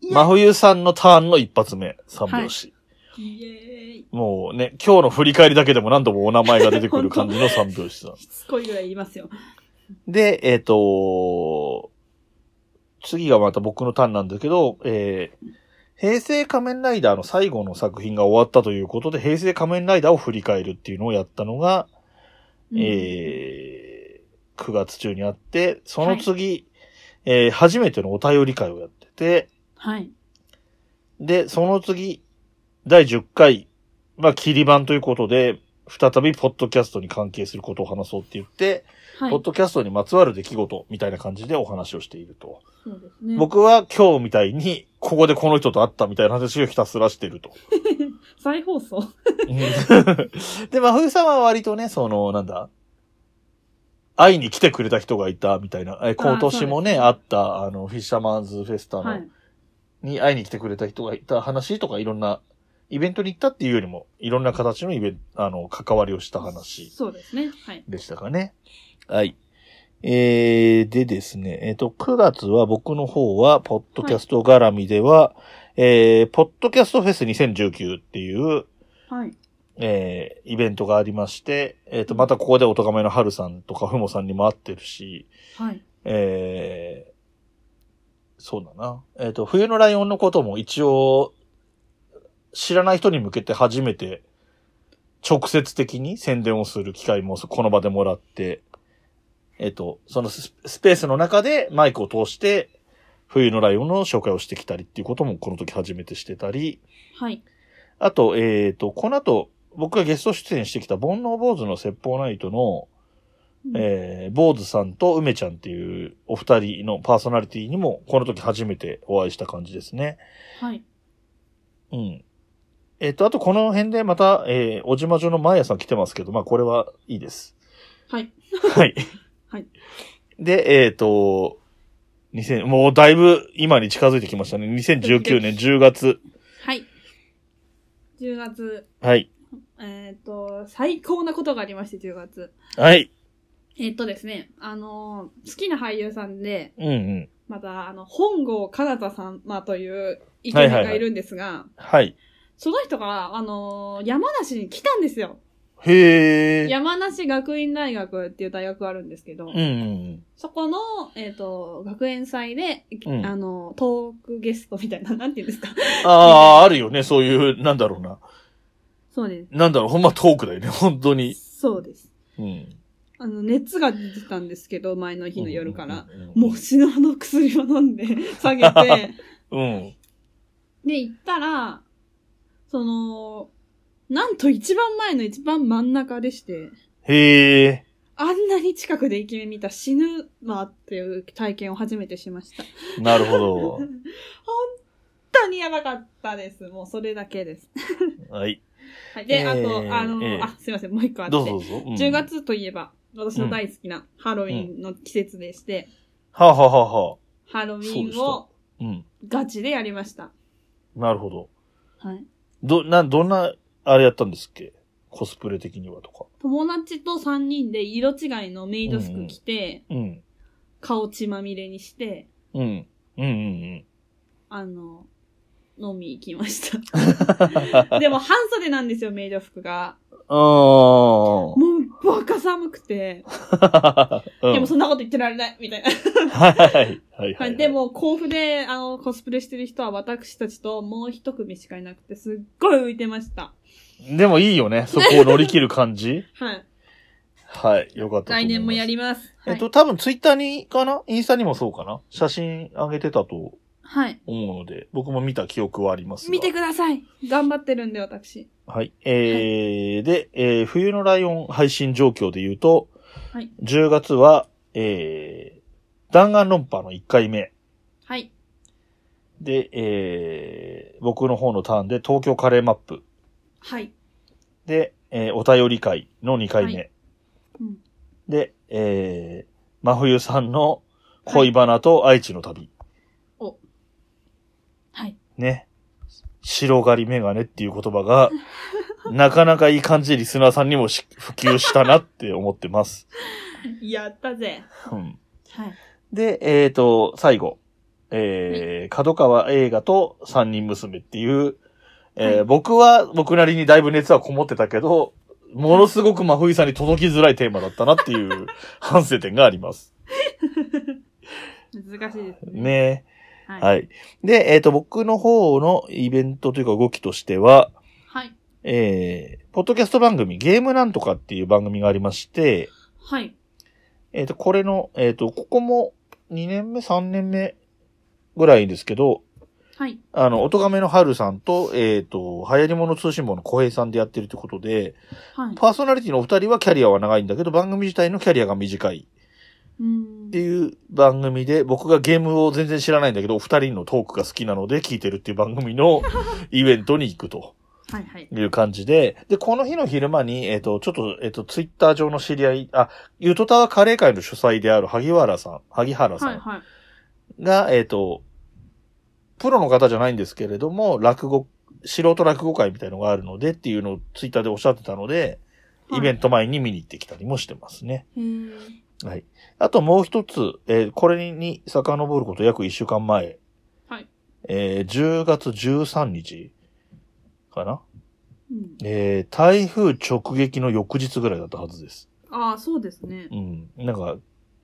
いや真冬さんのターンの一発目、三拍子。イエーイ。もうね、今日の振り返りだけでも何度もお名前が出てくる感 じの三拍子さん。しつこいぐらい言いますよ。で、えっ、と次がまた僕のターンなんだけど、えー平成仮面ライダーの最後の作品が終わったということで、平成仮面ライダーを振り返るっていうのをやったのが、うんえー9月中にあって、その次、えー初めてのお便り会をやってて、はい。で、その次、第10回、まあ、切り版ということで、再びポッドキャストに関係することを話そうって言って、はいポッ。ドキャストにまつわる出来事みたいな感じでお話をしていると。そうですね。僕は今日みたいに、ここでこの人と会ったみたいな話をひたすらしてると。再放送。 で、まあ、ふうさんは割とね、その、なんだ、会いに来てくれた人がいたみたいな、え今年もね、ああった、あの、フィッシャーマンズフェスタはのい。に会いに来てくれた人がいた話とか、いろんな、イベントに行ったっていうよりも、いろんな形のイベント、あの、関わりをした話そうですね。はい。でしたかね。はい。えー、でですね、えっ、と、9月は僕の方は、ポッドキャスト絡みでは、えー、ポッドキャストフェス2019っていう、はい。えー、イベントがありまして、えっ、と、またここでおとがめの春さんとかふもさんにも会ってるし、はい。えー、そうだな。えっ、と、冬のライオンのことも一応、知らない人に向けて初めて、直接的に宣伝をする機会もそこの場でもらって、えっ、と、そのススペースの中でマイクを通して、冬のライオンの紹介をしてきたりっていうこともこの時初めてしてたり、はい。あと、えっ、と、この後、僕がゲスト出演してきた、煩悩坊主の説法ナイトの、うんえー、坊主さんと梅ちゃんっていうお二人のパーソナリティにも、この時初めてお会いした感じですね。はい。うん。えっ、と、あとこの辺でまた、えー、おじまじょのマーヤさん来てますけど、まあこれはいいです。はい。はい。はい。で、えっ、と、2000、もうだいぶ今に近づいてきましたね。2019年10月。はい。10月、はい。えっ、と、最高なことがありまして、10月。はい。えっ、とですね、あのー好きな俳優さんで、うんうん。また、あの、本郷かなたさん、まあ、というイケメンがいるんですが、はい。その人が、あのー山梨に来たんですよ。へえ。山梨学院大学っていう大学があるんですけど、うんうんそこの、えっ、と、学園祭で、うんあの、トークゲストみたいな、なんて言うん ですか。うん。ああ、あるよね。そういう、なんだろうな。そうでなんだろう、ほんまトークだよね。本当に。す。そうです。うん。あの、熱が出てたんですけど、前の日の夜から。うんうんうん。もう死ぬほど薬を飲ん で、下げて、うん。で、行ったら、その、なんと一番前の一番真ん中でして、へえ。あんなに近くでイケメン見た死ぬわっていう体験を初めてしました。なるほど本。当にやばかったです。もうそれだけです。はい。はい、で、えーあと、あの、えーあ、すいません、もう一個あって。どうぞどうぞ。うん10。月といえば、私の大好きなハロウィンの季節でして、はあ、はあはあはあ、ハロウそうでィしンをたうん。ガチでやりました。なるほど。はい。ど、な、どんな、あれやったんですっけコスプレ的にはとか。友達と3人で色違いのメイド服着て、うん。顔血まみれにして、うん。うんうんあの、飲み行きま した。うん。でも半袖なんですよ、メイド服が。あもうバカ寒くて。あ。でもそそんなこと言ってられない、みたいな。うん、はいはいはいは。はいい、で、も、甲府で、あの、コスプレしてる人は私たちともう一組しかいなくて、すっごい浮いてました。でもいいよね。そこを乗り切る感じ。はい。はい。よかったと思い来ます。年もやります。えはい。っと、多分ツイッターにかなインスタにもそうかな写真上げてたとはい。思うので、僕も見た記憶はありますが。見てください。頑張ってるんで、私。はい。えーで、えー冬のライオン配信状況で言うと、はい10月は、えー、弾丸論破の1回目。はい。で、えー僕の方のターンで東京カレーマップ。はい。で、えーお便り会の2回目。はいうんで、えー真冬さんの恋バナと愛知の旅。はい。ね。白狩りメガネっていう言葉が、なかなかいい感じでリスナーさんにもし普及したなって思ってます。やったぜ。うんはい。で、えっ、と、最後。えー、角川映画と三人娘っていう、えーはい僕は僕なりにだいぶ熱はこもってたけど、ものすごく真冬さんに届きづらいテーマだったなっていう反省点があります。 難しいですね。ね。は。はいい。で、えっ、と、僕の方のイベントというか動きとしては、はい。えー、ポッドキャスト番組、ゲームなんとかっていう番組がありまして、はい。えっ、と、これの、えっ、と、ここも2年目、3年目ぐらいですけど、はい。あの、音亀の春さんと、えっ、と、流行り物通信簿の小平さんでやってるってことで、はい。パーソナリティのお二人はキャリアは長いんだけど、番組自体のキャリアが短いっっていう番組で、僕がゲームを全然知らないんだけど、お二人のトークが好きなので聞いてるっていう番組のイベントに行くと。はいはい。いう感じで、で、この日の昼間に、えっ、と、ちょっと、えっ、と、ツイッター上の知り合い、あ、ゆとたわカレー会の主催である萩原さん、萩原さはいんはい。が、えっ、と、プロの方じゃないんですけれども、落語、素人落語会みたいのがあるのでっていうのをツイッターでおっしゃってたので、イベント前に見に行ってきたりもしてますね。へーはい。あともう一つ、えーこれに遡ること約1週間前。はい。えー10月13日かなうん。えー台風直撃の翌日ぐらいだったはずです。ああ、そうですね。うん。なんか、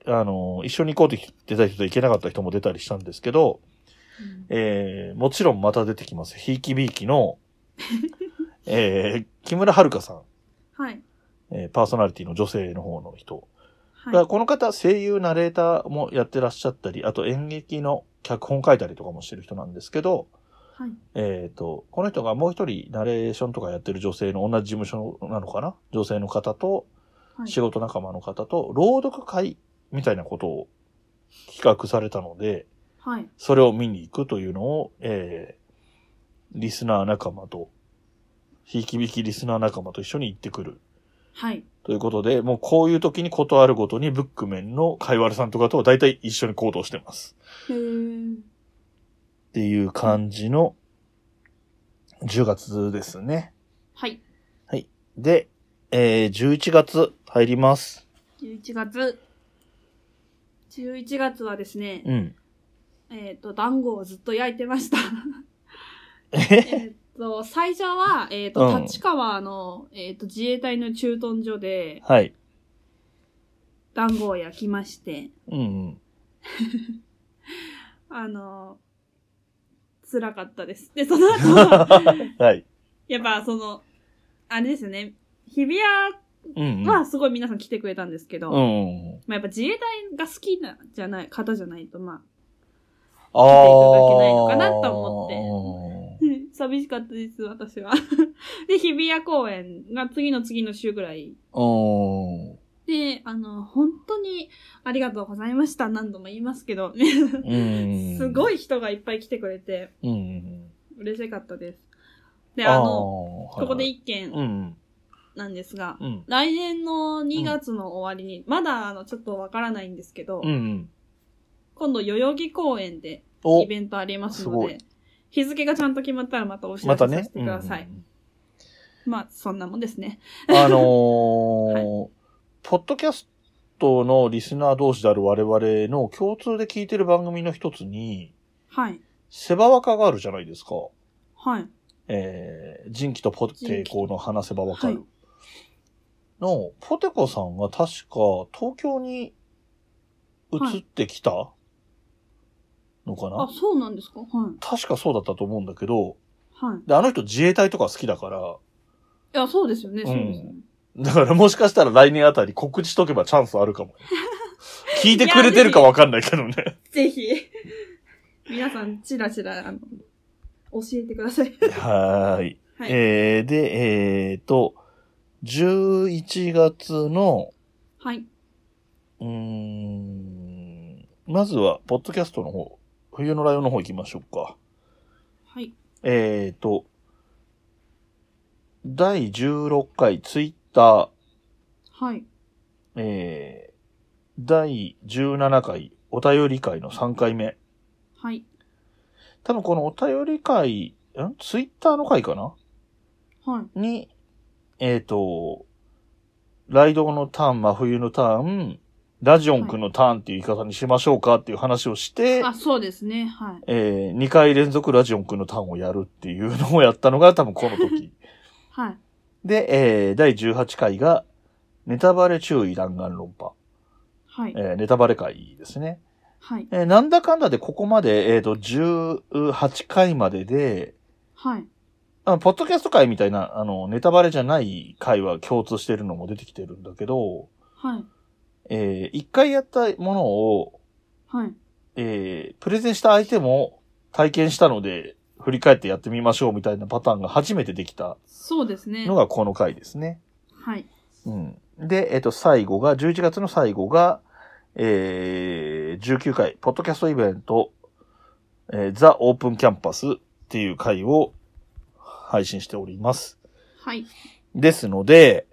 あのー一緒に行こうって出た人と行けなかった人も出たりしたんですけど、うんえーもちろんまた出てきます。ひいきびいき の、えー木村遥さん、はい。えーパーソナリティの女性の方の人だかはらこの方、声優、ナレーターもやってらっしゃったり、あと演劇の脚本書いたりとかもしてる人なんですけど、い。はい。えっ、と、この人がもう一人ナレーションとかやってる女性の同じ事務所なのかな女性の方と、はい仕事仲間の方と、朗読会みたいなことを企画されたので、はい。それを見に行くというのを、えー、リスナー仲間と、ひいきびきリスナー仲間と一緒に行ってくるはい。ということで、もうこういう時にことあるごとにブックメンのカイワルさんとかとは大体一緒に行動してます。へーっていう感じの10月ですね。はい。で、えー、11月入ります。 11月。11月はですね、うん。えっ、と、団子をずっと焼いてま した。ええ っと、最初は、えっ、うと、ん立川の、えっ、と、自衛隊の駐屯所ではい。団子を焼きまして、うんうん。あの、辛かったです。で、その後は、 はい。やっぱその、あれですよね、日比うん、谷うん。はすごい皆さん来てくれたんですけど、うまんうん。あ、やっぱ自衛隊が好きな、じゃない、方じゃないと、まあ、ああ。いただけないのかなと思っ 寂しかったです、私は。 で、日比谷公演が次の次の週ぐらい。で、あの、本当にありがとうございました。何度も言いますけど、うん。 すごいい。人がいっぱい来てくれて、うんうん。嬉しかったです。で、あの、あーここではい一件はいうんなんですが、うん。うん。来年の2月の終わりに、まだあの、ちょっとわからないんですけど、うんうん。今度代々木公園でおイ、ベントありますすのごでい、日付がちゃんと決まったらまたお知らませたさねせ。てください。うんうんうんまあ、そんなもんですね。あのーポッドキャストのリスナー同士である我々の共通で聞いてる番組の一つに、はい。セバワカがあるじゃないですか。はい。えー、人気とポテコの話せばわかる。はいの、ポテコさんが確か東京に移ってきたのかな、あ、そうなんですかはい。確かそうだったと思うんだけど、はい。で、あの人自衛隊とか好きだから、いや、そうですよね、うんそうですよね。だからもしかしたら来年あたり告知しとけばチャンスあるか も。聞いてくれてるかわかんないけどね。ぜひ、 皆さん、ちらちら、あの、教えてください。はーい。はい。えー、で、えーと、11月の、はい。うーん、まずは、ポッドキャストの方、冬のライオンの方行きましょうか。はい。えーと、第16回ツイッター、はい。えー、第17回お便り会の3回目。はい。多分このお便り会、んツイッターの会かなはい。に、えっ、と、ライドのターン、真冬のターン、ラジオン君のターンっていう言い方にしましょうかっていう話をして、あ、そうですね。はい。え2回連続ラジオン君のターンをやるっていうのをやったのが多分この時。はい。で、えー第18回が、ネタバレ注意弾丸論破。はい。えーネタバレ会ですね。はい。えーなんだかんだでここまで、えっ、と、18回までで、はい。あポッドキャスト会みたいな、あの、ネタバレじゃない会は共通してるのも出てきてるんだけど、はい。えー一回やったものを、はい。えープレゼンした相手も体験したので、振り返ってやってみましょうみたいなパターンが初めてできたそうですねの。がこの回ですね。はい。うん。で、えっ、と、最後が、11月の最後が、えー19回、ポッドキャストイベント、えーザ・オープンキャンパスっていう回を配信しております。はい。ですので、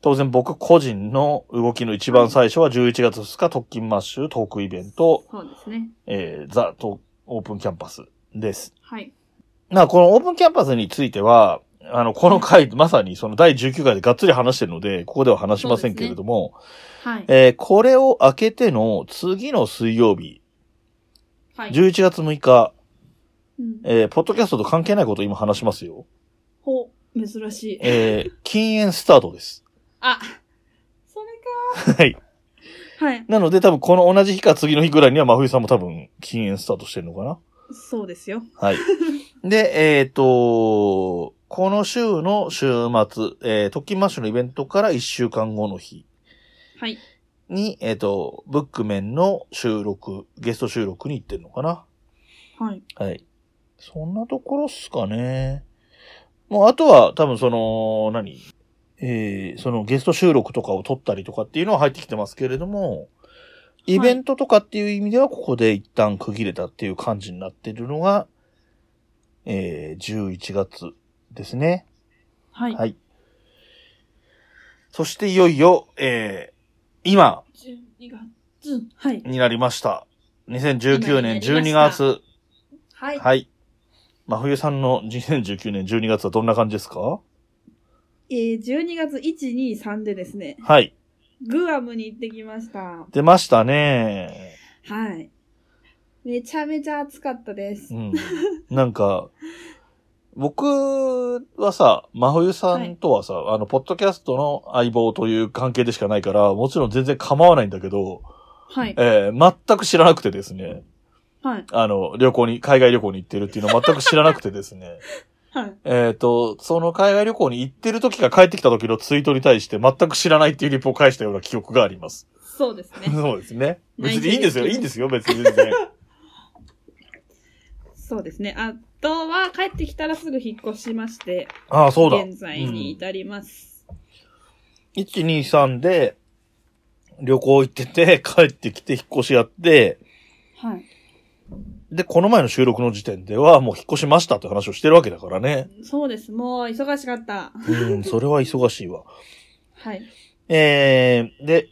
当然僕個人の動きの一番最初は11月2日特勤マッシュトークイベント、そうですね。えー、ザ・トオープンキャンパスです。はい。まあ、このオープンキャンパスについては、あの、この回、まさにその第19回でがっつり話してるので、ここでは話しませんけれども、はい。えーこれを明けての次の水曜日、はい。 11月6日、うん、えーポッドキャストと関係ないことを今話しますよ。ほ、珍しい。えー禁煙スタートです。あ、それ はい。か。はい。なので多分この同じ日か次の日ぐらいには真冬さんも多分禁煙スタートしてるのかなそうですよ。はい。で、えっ、と、この週の週末、えー、特勤マッシュのイベントから1週間後の日はい。に、えっ、と、ブックメンの収録、ゲスト収録に行ってんのかなはい。はい。そんなところっすかね。もう、あとは、多分その、何えー、そのゲスト収録とかを撮ったりとかっていうのは入ってきてますけれども、いイベントとかっていう意味では、ここで一旦区切れたっていう感じになってるのが、えー、11月ですね。はい。はい。そしていよいよ、えー、今12月。はい。になりました。2019年今にな12りました月。はい。はい。真冬さんの2019年12月はどんな感じですかえー、12月1、2、3でですね、はい。グアムに行ってきました。出ましたね。はい。めちゃめちゃ暑かったですう。 ん。なんか、僕はさ、真冬さんとはさ、あの、ポッドキャストの相棒という関係でしかないから、もちろん全然構わないんだけど、はい。えー全く知らなくてですね、はい。あの、旅行に、海外旅行に行ってるっていうのを全く知らなくてですね、はい。えっと、その海外旅行に行ってる時か帰ってきた時のツイートに対して全く知らないっていうリプを返したような記憶があります。そうですね。そうですね。別内にい定いんでですすよ、けどいいんですよ、別に全然。 そうですね。あとは、帰ってきたらすぐ引っ越しまして、ああ、そうだ。現在に至ります。 1、2、3で、旅行行ってて、帰ってきて引っ越しやって、はい。で、この前の収録の時点では、もう引っ越しましたって話をしてるわけだからね。そうです。もう、忙しかった。うん、それは忙しいわ。はい。えー、で、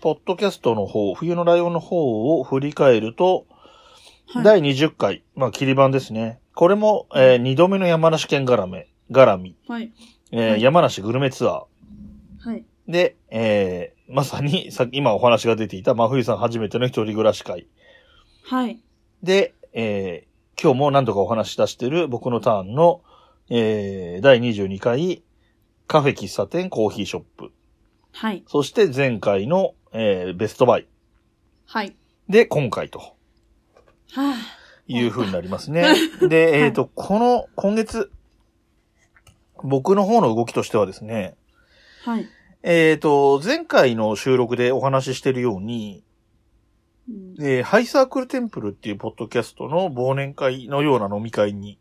ポッドキャストの方、冬のライオンの方を振り返ると、はい。第20回、まあ、切り版ですね。これも、え2度目の山梨県絡め、絡み、はい。えーはい山梨グルメツアー。はい。で、えー、まさに、さっき今お話が出ていた、真冬さん初めての一人暮らし会。はい。で、えー、今日も何度かお話し出してる僕のターンの、えー、第22回、カフェ喫茶店コーヒーショップ。はい。そして前回の、えー、ベストバイ。はい。で、今回とはぁ。いう風になりますね。で、えっ、と、この、今月、僕の方の動きとしてはですね、はい。えっ、と、前回の収録でお話ししてるように、うんえーハイサークルテンプルっていうポッドキャストの忘年会のような飲み会に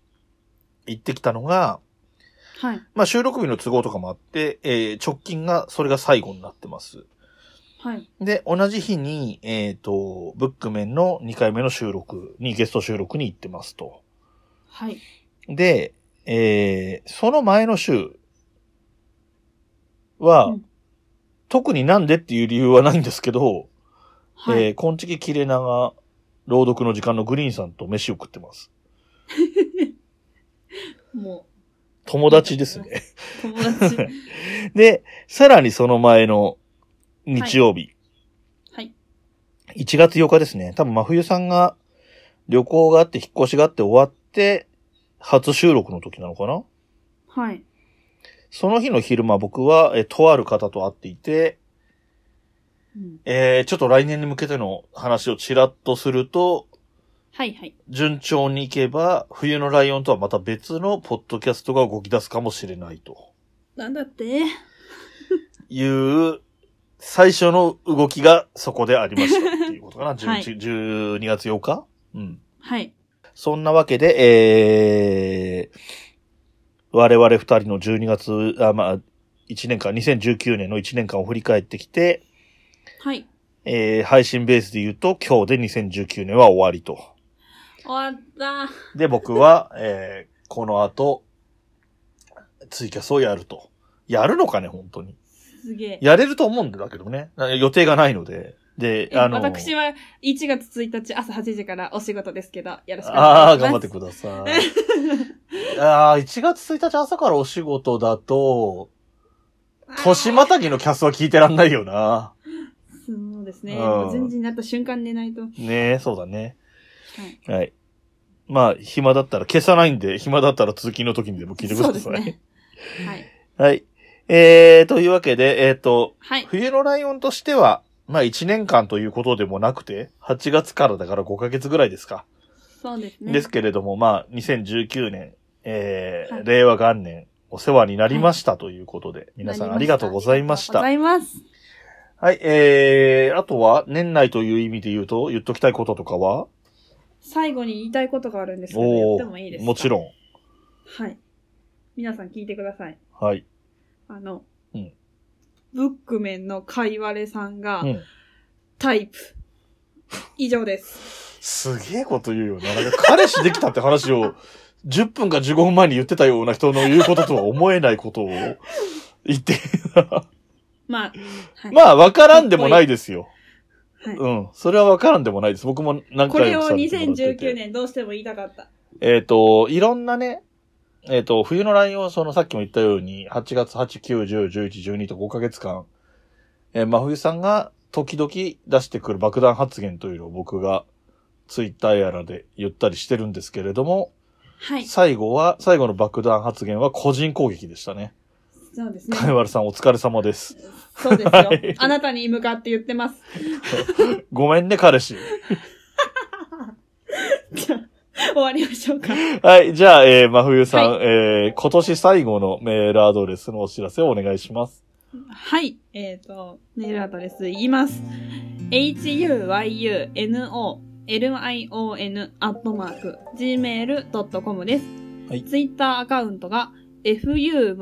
行ってきたのが、はい。まあ収録日の都合とかもあって、えー直近が、それが最後になってます。はい。で、同じ日に、えっ、と、ブックメンの2回目の収録に、ゲスト収録に行ってますと。はい。で、えーその前の週は、うん特になんでっていう理由はないんですけど、はい。えー、こんちききれなが、朗読の時間のグリーンさんと飯を食ってます。も友達ですね。う、友達。 で、さらにその前の日曜日、はい。 1月8日ですね。多分真冬さんが旅行があって引っ越しがあって終わって、初収録の時なのかなはい。その日の昼間僕は、えーとある方と会っていて、うんえーちょっと来年に向けての話をちらっとすると、はい。はい。順調にいけば、冬のライオンとはまた別のポッドキャストが動き出すかもしれないと。なんだっていう、最初の動きがそこでありましたっていうことか な。はい11 12月8日うん。はい。そんなわけで、えー、我々二人の12月、あ、まあ、1年間、2019年の1年間を振り返ってきて、はい。えー、配信ベースで言うと今日で2019年は終わりと。終わった。で、僕は、えー、この後、ツイキャスをやると。やるのかね、本当に。すげえ。やれると思うんだけどね。な予定がないので。で、えあの、私は1月1日朝8時からお仕事ですけど、よろしくおあ願あ、いします。頑張ってくださ い。ああ、1月1日朝からお仕事だと、年またぎのキャスは聞いてらんないよな。そうですね。うんもう順次になった瞬間寝ないと。はねえ、そうだね。い。はい。まあ、暇だったら、消さないんで、暇だったら通勤の時にでも聞いてくだそさうい。ですね。はい。はい。えー、というわけで、えっ、と、はい。冬のライオンとしては、まあ1年間ということでもなくて、8月からだから5ヶ月ぐらいですか。そうですね。ですけれども、まあ2019年、えーはい令和元年、お世話になりましたということで、皆さんありがとうございましあた。りがとうございます。はい、えー、あとは年内という意味で言うと、言っときたいこととかは最後に言いたいことがあるんですけど、言おっーてもいいですかもちろん。ん。はい。皆さん聞いてください。はい。あの、うんブックメンのかいわれさんが、うん。タイプ。以上です。すげえこと言うよな。なんか彼氏できたって話を、10分か15分前に言ってたような人の言うこととは思えないことを言ってまあ、はい。 まあ、わからんでもないですよ。はいうん。それはわからんでもないです。僕も何こ回れもをさせてもらってて2019。年どうしても言いたかった。えっ、と、いろんなね、えっ、と、冬のライオンはそのさっきも言ったように、8月8、9、10、11、12と5ヶ月間、えー真冬さんが時々出してくる爆弾発言というのを僕がツイッターやらで言ったりしてるんですけれども、はい。最後は、最後の爆弾発言は個人攻撃でしたね。そうですね。かいわるさんお疲れ様です。そうですよ。はいあなたに向かって言ってます。 ごめんね、彼氏。じゃあ終わりましょうか。はい、じゃあ、えー、真冬さん、はえー、今年最後のメールアドレスのお知らせをお願いします。はい。えっ、と、メールアドレス言います。huyuno lion アットマーク gmail.com です。はいツイッターアカウントが fuyuno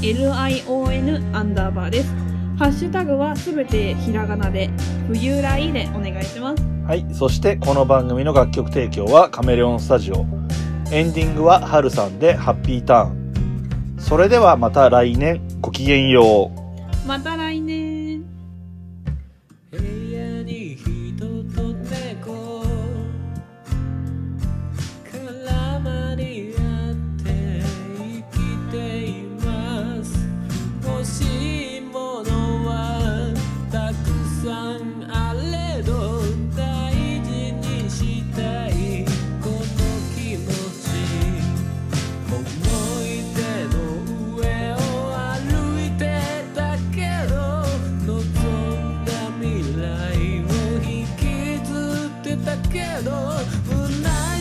lion アンダーバーです。ハッシュタグはすべてひらがなで、冬来でお願いします。はい、そしてこの番組の楽曲提供はカメレオンスタジオ。エンディングはハルさんでハッピーターン。それではまた来年、ごきげんよう。また来年。部屋に人と猫絡まり合って生きています欲しいものはたくさんあれど大事にしたいこの気持ち「思い出の上を歩いてたけど」「望んだ未来を引きずってたけど」「不安